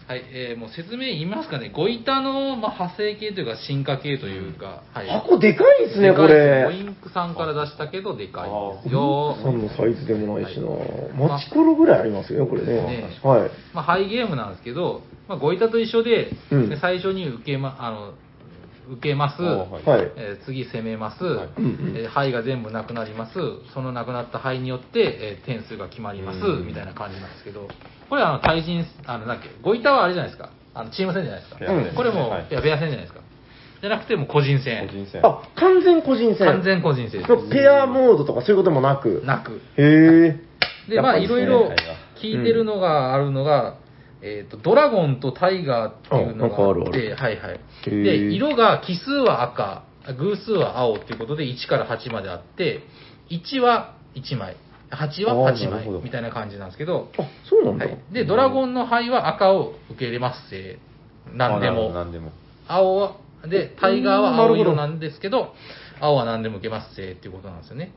Speaker 1: はい、えーもう説明言いますかね。ごイタの、まあ、派生系というか進化系というか、はい。
Speaker 4: 箱でかいですね、こ
Speaker 1: ボイ
Speaker 4: れ。
Speaker 1: ンクさんから出したけど、でかいんですよ。
Speaker 4: さんのサイズでもないしな。
Speaker 1: い
Speaker 4: マチコロぐらいありますよね、これね
Speaker 1: ね。
Speaker 4: はい。
Speaker 1: まあ、ハイゲームなんですけど、まあ、ごイタと一緒で、
Speaker 4: うん
Speaker 1: で最初に受けま、あの、受けます。
Speaker 2: はい
Speaker 4: はい。
Speaker 1: えー次攻めます、
Speaker 2: はい
Speaker 4: うんうん
Speaker 1: えー牌が全部なくなりますそのなくなった牌によって、えー点数が決まります、
Speaker 2: うん
Speaker 1: みたいな感じなんですけどこれはあの対人あのなんだっけごいたはあれじゃないですかあのチーム戦じゃないですか、
Speaker 2: ペア
Speaker 4: 戦
Speaker 1: これも、
Speaker 2: はい
Speaker 1: いやペア戦じゃないですかじゃなくてもう個人戦
Speaker 2: 個人戦
Speaker 4: あ、完全個人戦。
Speaker 1: 完全個人戦です
Speaker 4: のペアモードとかそういうこともなく。
Speaker 1: なく
Speaker 4: へえ。
Speaker 1: でまあ
Speaker 4: やっぱり
Speaker 1: い
Speaker 4: ですね
Speaker 1: ろいろ
Speaker 2: はい
Speaker 1: 聞いてるのがあるのが、えー、とドラゴンとタイガーっていうのが
Speaker 4: あな
Speaker 1: あ
Speaker 4: んかあ
Speaker 1: っ
Speaker 4: るあ
Speaker 1: て
Speaker 4: る
Speaker 1: はいはい
Speaker 4: へ
Speaker 1: で
Speaker 4: ー
Speaker 1: 色が奇数は赤偶数は青っていうことで1から8まであって1は1枚8は
Speaker 4: あー
Speaker 1: 8
Speaker 4: なるほど
Speaker 1: 枚みたいな感じなんですけど
Speaker 4: あ、そうなん
Speaker 1: は
Speaker 4: だ。
Speaker 1: い、でドラゴンの灰は赤を受け入れますえー何で
Speaker 2: あなるほど
Speaker 1: も
Speaker 2: 何でも。
Speaker 1: 青はでタイガーは
Speaker 4: うーんなる
Speaker 1: 青
Speaker 4: ほど
Speaker 1: 色なんですけど青は何でも受けますぜっていうことなんですよね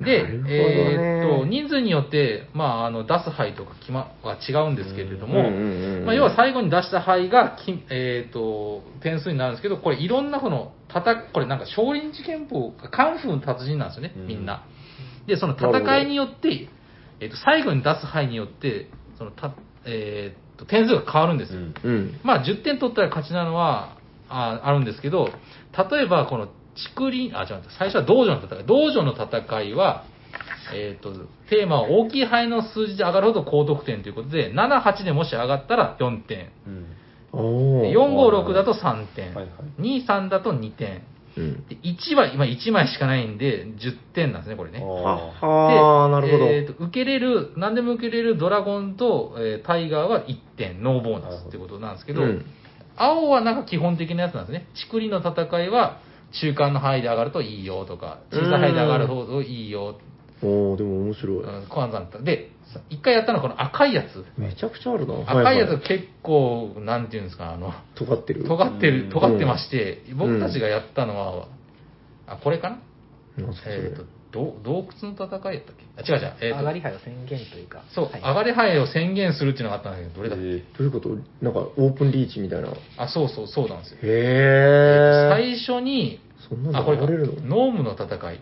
Speaker 1: で
Speaker 4: なるほどね
Speaker 1: えーっと人数によって、まあ、あの出す牌とか決まは違うんですけれども、
Speaker 4: うんうんうんうん
Speaker 1: まあ、要は最後に出した牌がき、えーっと点数になるんですけどこれいろんなこのたたこれなんか少林寺拳法かカンフーの達人なんですよねみんな、でその戦いによって、えーっと最後に出す牌によってそのた、えーっと点数が変わるんですよ、
Speaker 2: うん
Speaker 4: うん。
Speaker 1: まあ、10点取ったら勝ちなのはああるんですけど、例えばこの竹林、あ、違う、最初は道場の戦い。道場の戦いは、えっ、と、テーマは大きい牌の数字で上がるほど高得点ということで、7、8でもし上がったら4点。
Speaker 2: うん
Speaker 4: お
Speaker 1: で4、
Speaker 4: ー。
Speaker 1: 5、6だと3点。
Speaker 2: はいはい
Speaker 1: 2、3だと2点。
Speaker 4: うん。
Speaker 1: で1は今1枚しかないんで、10点なんですね、これね。
Speaker 2: あ
Speaker 4: は
Speaker 1: で
Speaker 4: はー、なるほど。
Speaker 1: えーと受けれる、何でも受けれるドラゴンと、えータイガーは1点、ノーボーナスってことなんですけど、
Speaker 4: うん
Speaker 1: 青はなんか基本的なやつなんですね。チクリの戦いは中間の範囲で上がるといいよとか、小さい範囲で上がるほどいいよ、
Speaker 4: おー、でも面白い。
Speaker 1: うんコアンさんだった。で、一回やったのはこの赤いやつ。
Speaker 4: めちゃくちゃあるな。
Speaker 1: 赤いや
Speaker 4: は
Speaker 1: つ結構、なんていうんですか、あの、
Speaker 4: 尖ってる。
Speaker 1: 尖って
Speaker 2: う
Speaker 1: る、
Speaker 2: ん
Speaker 1: 尖ってまして、
Speaker 4: ん
Speaker 1: 僕たちがやったのは、あ、これかな
Speaker 4: なんすかそれ
Speaker 1: えっと、ど洞窟の戦いやったっけあ、違う違う。えー
Speaker 3: 上
Speaker 1: と
Speaker 3: がり牌を宣言というか。
Speaker 1: そう、
Speaker 3: はい
Speaker 1: 上がれ範囲を宣言するっていうのがあったんだけど、どれだっけ、
Speaker 2: ー
Speaker 4: どういうことなんかオープンリーチみたいな。へ
Speaker 1: あ、そうそう、そうなんですよ。
Speaker 4: え。
Speaker 1: 最初に、
Speaker 4: そんな
Speaker 1: あ、
Speaker 4: の
Speaker 1: これか
Speaker 4: 流れるの
Speaker 1: ノームの戦い。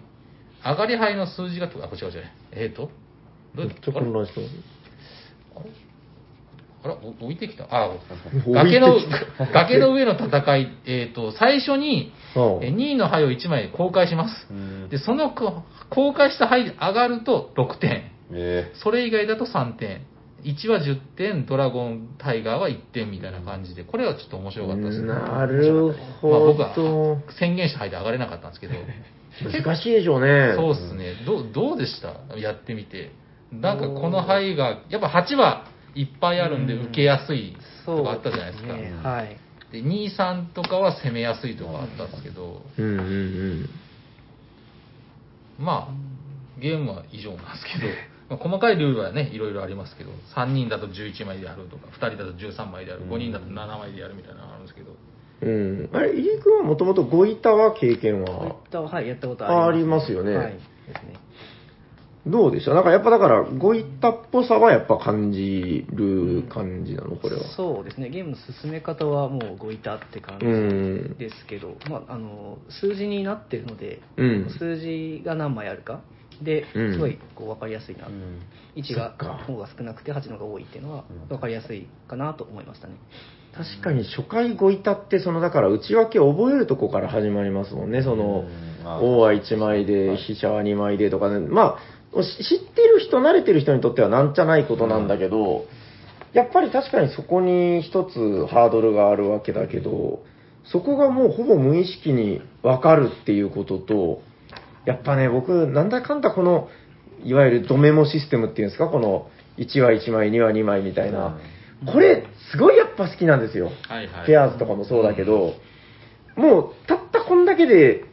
Speaker 1: 上がり牌の数字が、あ、こっちかこっちかえっ、ー、と、ど
Speaker 4: め
Speaker 1: う
Speaker 4: っ
Speaker 1: やっ
Speaker 4: ちゃ
Speaker 1: たあれ
Speaker 4: 混乱した。
Speaker 1: あら、お置いてきた。あ、
Speaker 4: 置いてきた
Speaker 1: 崖の、崖の上の戦い、えっ、と、最初に、
Speaker 4: うん
Speaker 1: えー2位の牌を1枚公開します。
Speaker 2: うん
Speaker 1: で、そのこ公開した牌で上がると6点。
Speaker 2: え
Speaker 1: それ以外だと3点。 1は10点、ドラゴン、タイガーは1点みたいな感じで、これはちょっと面白かったですね。
Speaker 4: なるほ
Speaker 1: まあ、僕
Speaker 4: ど
Speaker 1: は。宣言して入って上がれなかったんですけど、
Speaker 4: 難しいでしょうね。
Speaker 1: そうですね、どうどうでしたやってみて。なんかこの牌が、やっぱ8はいっぱいあるんで
Speaker 3: うん
Speaker 1: 受けやすい
Speaker 3: そう
Speaker 1: とかあったじゃないですか。
Speaker 3: ねはい。
Speaker 1: で、2、3とかは攻めやすいとかあったんですけど、
Speaker 4: うんうんうん。
Speaker 1: まあ、ゲームは以上なんですけど、まあ細かいルールはね、いろいろありますけど、3人だと11枚でやるとか、2人だと13枚でやる、5人だと7枚でやるみたいなのがあるんですけど、
Speaker 4: うん、あれ、入江君はもともとご板は経験
Speaker 3: こうい
Speaker 4: は
Speaker 3: った、はい、やったこと
Speaker 4: あ
Speaker 3: あ
Speaker 4: り
Speaker 3: り
Speaker 4: ま
Speaker 3: ますす
Speaker 4: よね
Speaker 3: はい。ですね。
Speaker 4: どうでしたなんかやっぱだから、ご板っぽさはやっぱ感じる感じなの、これは。
Speaker 3: そうですね、ゲームの進め方はもうごいたって感
Speaker 4: う
Speaker 3: じ
Speaker 4: ん。
Speaker 3: ですけど、まあ、あの数字になってるので、
Speaker 4: うん
Speaker 3: 数字が何枚あるかで
Speaker 4: うん
Speaker 3: すごいこう分かりやすいな、1が
Speaker 4: そっか
Speaker 3: 方が少なくて8の方が多いっていうのは
Speaker 2: うん
Speaker 3: 分かりやすいかなと思いましたね、
Speaker 4: 確かに初回ご板って、そのだから内訳を覚えるとこから始まりますもんね、その、王は1枚で、飛車は2枚でとかね、まあ、し知ってる人、慣れてる人にとってはなんじゃないことなんだけど、やっぱり確かにそこに一つハードルがあるわけだけど、そこがもうほぼ無意識に分かるっていうことと、やっぱね、僕、なんだかんだこの、いわゆるドメモシステムっていうんですか、この1は1枚、2は2枚みたいな、これ、すごいやっぱ好きなんですよ。
Speaker 1: はいはい。
Speaker 4: ペアーズとかもそうだけど、もうたったこんだけで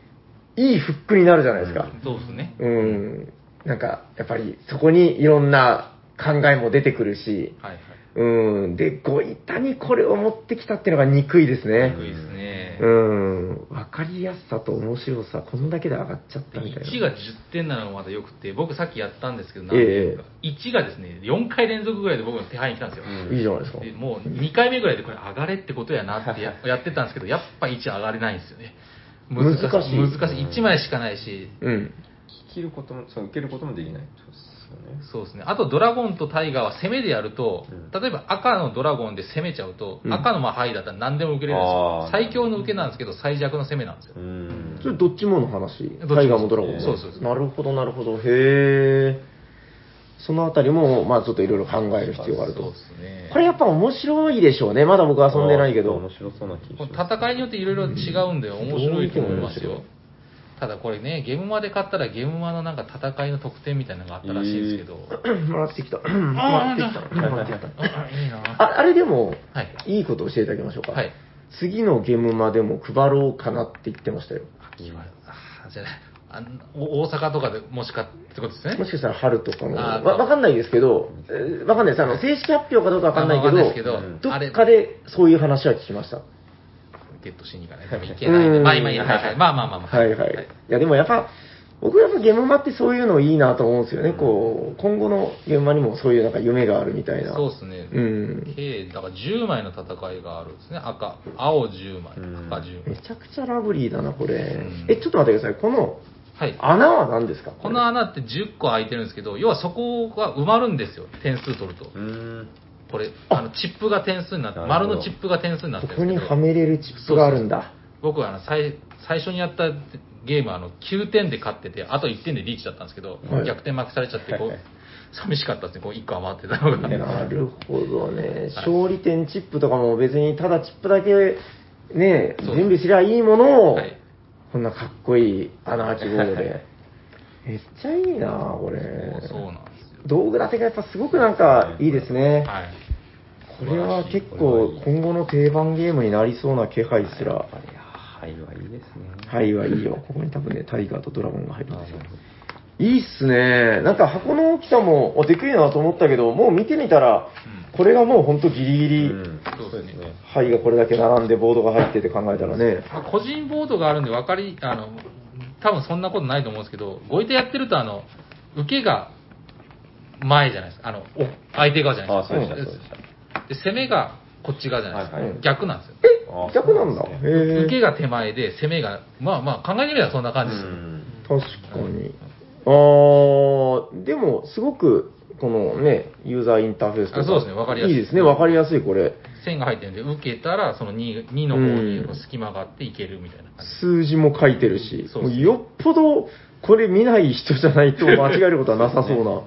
Speaker 4: いいフックになるじゃないですか。
Speaker 1: そうですね。
Speaker 4: うん。なんか、やっぱりそこにいろんな考えも出てくるし、
Speaker 1: はいはい。
Speaker 4: うん。で、ご板にこれを持ってきたっていうのが憎いですね。
Speaker 1: 低いですね
Speaker 4: う。ん。わかりやすさと面白さ、こんだけで上がっちゃったみたいな。
Speaker 1: 1が10点なのがまだよくて、僕さっきやったんですけど、
Speaker 4: ええ
Speaker 1: 1がですね、4回連続ぐらいで僕の手配に来たんですよ。
Speaker 4: いいじゃないですか。
Speaker 1: でもう2回目ぐらいでこれ上がれってことやなってややってたんですけど、やっぱ1上がれないんですよね。難しい。
Speaker 4: 難しい
Speaker 1: 難しい。1枚しかないし、
Speaker 4: うん。
Speaker 2: 切ることも、その受けることもできないってことです
Speaker 1: そうですね。あとドラゴンとタイガーは攻めでやると
Speaker 2: うん、
Speaker 1: 例えば赤のドラゴンで攻めちゃうと、
Speaker 4: うん
Speaker 1: 赤のまあ範囲だったら何でも受けれるんです
Speaker 2: あ
Speaker 1: よ
Speaker 2: ー。
Speaker 1: 最強の受けなんですけど、最弱の攻めなんですよ
Speaker 2: よ。ね。うん
Speaker 4: それどっちもの話
Speaker 1: どっちも
Speaker 4: タイガーもドラゴンも。
Speaker 1: そうそうそう
Speaker 4: なるほど、なるほど。へえ。そのあたりも、まあちょっといろいろ考える必要がある
Speaker 1: そう
Speaker 4: と
Speaker 1: で。すね。
Speaker 4: これやっぱ面白いでしょうね。まだ僕遊んでないけ
Speaker 2: あー
Speaker 4: ど
Speaker 2: 面。白そうな気がし
Speaker 1: こ
Speaker 2: ま
Speaker 1: の
Speaker 2: す。
Speaker 1: 戦いによっていろいろ違うんで面白いと思います
Speaker 4: うん
Speaker 1: よ。ただこれね、ゲームマで買ったらゲームマのなんか戦いの特典みたいなのがあったらしいですけど。
Speaker 4: もらってきた。もらってきた。もらってき
Speaker 1: あいいな
Speaker 4: た。あ、あれでも、
Speaker 1: はい。
Speaker 4: いいこと教えていただきましょうか。
Speaker 1: はい。
Speaker 4: 次のゲームまでも配ろうかなって言ってましたよ。
Speaker 1: あじゃあ、あんお大阪とかでもしかってことですね。
Speaker 4: もしかしたら春とかも。
Speaker 1: あ
Speaker 4: わ
Speaker 1: ー
Speaker 4: わかんないですけど、えーわかんないです。あの、正式発表かどうかわかんないけ
Speaker 1: あわかんないですけ
Speaker 4: ど、
Speaker 1: ど
Speaker 4: ど
Speaker 1: あれ
Speaker 4: っかでそういう話は聞きました。
Speaker 1: ゲットしに行かないといけないんで。まあ今いいや、はいはい。まあまあまあまあ。
Speaker 4: はいはい。いや、でもやっぱ、僕やっぱゲームマってそういうのいいなと思うんですよね。
Speaker 2: うん
Speaker 4: こう、今後のゲームマにもそういうなんか夢があるみたいな。
Speaker 1: そうですね。
Speaker 4: うん。
Speaker 1: 計、だから10枚の戦いがあるんですね。赤、青10枚、
Speaker 2: うん
Speaker 1: 赤10
Speaker 4: め
Speaker 1: 枚。
Speaker 4: ちゃくちゃラブリーだな、これ。
Speaker 1: ん
Speaker 4: え、ちょっと待ってください。この
Speaker 1: はい。
Speaker 4: 穴は何ですか
Speaker 1: この穴って10個開いてるんですけど、要はそこが埋まるんですよ。点数取ると。
Speaker 2: うん。
Speaker 1: これ、あの、チップが点数になって、
Speaker 2: なるほど
Speaker 1: 丸のチップが点数になっ
Speaker 4: こ
Speaker 1: てる
Speaker 4: こ
Speaker 1: んで
Speaker 4: に
Speaker 1: すけ
Speaker 4: は
Speaker 1: ど、
Speaker 4: めれるチップがあるんだ。
Speaker 1: 僕はあの最最初にやったゲームはあの9点で勝ってて、あと1点でリーチだったんですけど、
Speaker 4: はい
Speaker 1: 逆転負けされちゃって、こ
Speaker 2: は
Speaker 1: う
Speaker 2: いはい、
Speaker 1: 寂しかったですね、こう1個余ってたのが。
Speaker 4: なるほどね。勝利点チップとかも別にただチップだけね、
Speaker 1: そう
Speaker 4: 準備すりゃいいものを、
Speaker 1: はい
Speaker 4: こんなかっこいい穴開きボード で。めっちゃいいなこれ。
Speaker 1: そうなんですよ。
Speaker 4: 道具立てがやっぱすごくなんかいいですね。
Speaker 1: はい。
Speaker 4: これは結
Speaker 2: これはい
Speaker 4: 構
Speaker 2: い
Speaker 4: 今後の定番ゲームになりそうな気配すら。
Speaker 2: いや、はいはいいですね。
Speaker 4: はいはいいよ。ここに多分ね、タイガーとドラゴンが入るんですよ
Speaker 2: なるほ。
Speaker 4: いいっすね。なんか箱の大きさも、お、でくいなと思ったけど、もう見てみたら、これがもうほんとギリギ
Speaker 2: う
Speaker 4: リ、
Speaker 2: ん、
Speaker 1: そうですね。
Speaker 4: 牌がこれだけ並んでボードが入ってて考えたらね。
Speaker 1: まあ個人ボードがあるんで分かり、あの、多分そんなことないと思うんですけど、ごいてやってると、あの、受けが前じゃないですか。あの、お相手側じゃな
Speaker 2: あ
Speaker 1: い
Speaker 2: あ、そうでした、
Speaker 1: で
Speaker 2: そう
Speaker 1: す
Speaker 2: でし
Speaker 1: か。で、攻めがこっち側じゃないですか。
Speaker 2: はい
Speaker 4: はい
Speaker 1: 逆なんですよ。
Speaker 2: た。
Speaker 4: 逆なんだ。
Speaker 2: あそうですね
Speaker 4: へ
Speaker 1: 受け
Speaker 4: え。
Speaker 1: が手前で、攻めが、まあまあ、考えてみればそんな
Speaker 2: う
Speaker 1: 感じですよ。
Speaker 2: ん。
Speaker 4: 確かに。あー、でも、すごく、このね、ユーザーインターフェースとか。
Speaker 1: あそうですねわかりやすい
Speaker 4: いいですね、わかりやすい、これ。
Speaker 1: 線が入ってるんで、受けたら、その 2, 2の方に隙間があっていけるみたいな感じ。
Speaker 4: 数字も書いてるし、
Speaker 1: そう
Speaker 4: も
Speaker 1: そう
Speaker 4: うよっぽど、これ見ない人じゃないと間違えることはなさそうな。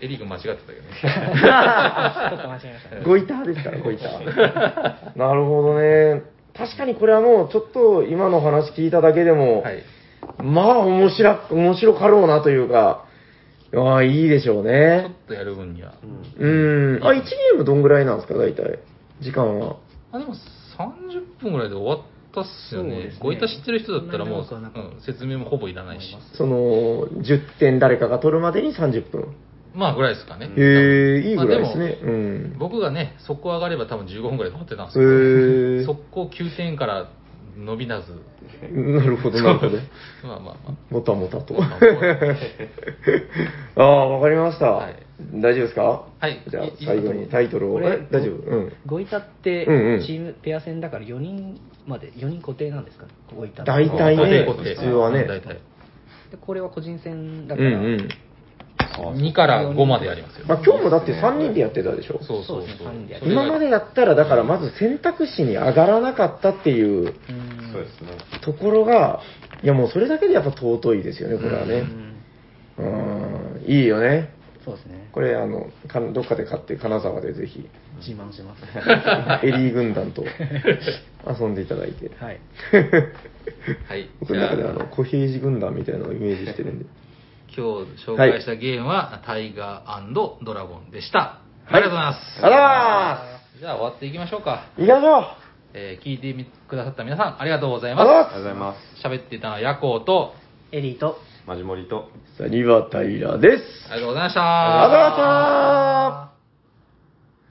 Speaker 1: エリー君間違ってたけどね。
Speaker 3: ちょっと間違えましたね。
Speaker 4: ゴイターですから、ゴイター。 なるほどね。確かにこれはもうちょっと今の話聞いただけでも、
Speaker 1: はい。
Speaker 4: まあ面白く、面白かろうなというか、ああ、いいでしょう
Speaker 1: ちょ
Speaker 4: ね
Speaker 1: っ。とやる分には。
Speaker 4: うん。あ、1ゲームどんぐらいなんですか、大体。時間は。
Speaker 1: あ、でも30分ぐらいで終わったっすよ
Speaker 3: そうで
Speaker 1: ね
Speaker 3: すね。
Speaker 1: ごいた知ってる人だったらもう、
Speaker 3: そんなに長くはなか
Speaker 1: う
Speaker 3: っ
Speaker 1: ん説明もほぼいらないし。
Speaker 4: その、10点誰かが取るまでに30分。
Speaker 1: まあぐらいですかね。
Speaker 4: へえ、いいぐらいです
Speaker 1: まあ
Speaker 4: ね。
Speaker 1: で
Speaker 4: う
Speaker 1: も
Speaker 4: ん。
Speaker 1: 僕がね、速攻上がれば多分15分ぐらいで終わってたんですよ。
Speaker 4: へえ。
Speaker 1: 速攻9点から伸びなず。
Speaker 4: なるほど、なるほど。
Speaker 1: まあまあまあ。
Speaker 4: もたもた と。ああ、わかりました。
Speaker 1: はい
Speaker 4: 大丈夫ですか
Speaker 1: はい
Speaker 4: じゃあ
Speaker 1: い、
Speaker 4: 最後にタイトルを。
Speaker 3: これ
Speaker 4: え大丈夫うん。
Speaker 3: ゴイタって
Speaker 4: うんうん
Speaker 3: チームペア戦だから4人まで4人固定なんですかねゴイタって
Speaker 4: 大体ね
Speaker 1: 固定固定
Speaker 4: 普通はね
Speaker 1: うん大体。
Speaker 3: でこれは個人戦だ
Speaker 4: うん
Speaker 3: から、
Speaker 4: うん。
Speaker 1: 2から5までやりますよ。
Speaker 4: まあ、今日もだって3人でやってたでしょ。
Speaker 1: そうそう
Speaker 3: そうです
Speaker 1: そ
Speaker 3: ね
Speaker 1: う
Speaker 3: 三人でや。る
Speaker 1: それが
Speaker 4: 今までだったら、だからまず選択肢に上がらなかったっていう
Speaker 2: う
Speaker 3: う
Speaker 2: ん
Speaker 3: ん
Speaker 2: そうですね。
Speaker 4: ところが、いやもうそれだけでやっぱ尊いですよね、これは
Speaker 3: う
Speaker 4: ね。
Speaker 3: ん
Speaker 4: うん、いいよね。
Speaker 3: そうですね
Speaker 4: これ、あの、かどっかで買って、金沢でぜ ひ、
Speaker 3: 自慢します
Speaker 4: エリー軍団と遊んでいただ いて。
Speaker 3: はい
Speaker 1: はい。
Speaker 4: 僕
Speaker 1: じ
Speaker 4: の
Speaker 1: ゃあ
Speaker 4: 中であの、小平次軍団みたいなのをイメージしてるんで。
Speaker 1: 今日紹介したゲームは、タイガードラゴンでした。ありがとうございます。
Speaker 4: あら
Speaker 1: じゃあ終わっていきましょうか。
Speaker 4: ー行きましょうあ
Speaker 1: えー聞いてみくださった皆さん、ありがとうござい
Speaker 4: り
Speaker 1: ま
Speaker 4: がとうござい
Speaker 2: ありがとう
Speaker 4: ま
Speaker 2: ございます。
Speaker 1: す。喋っていたのはヤコウと、
Speaker 3: エリーと
Speaker 2: マジモリと。
Speaker 4: すさあリバタイラです
Speaker 1: ありがとうございました。
Speaker 4: ありがとうございました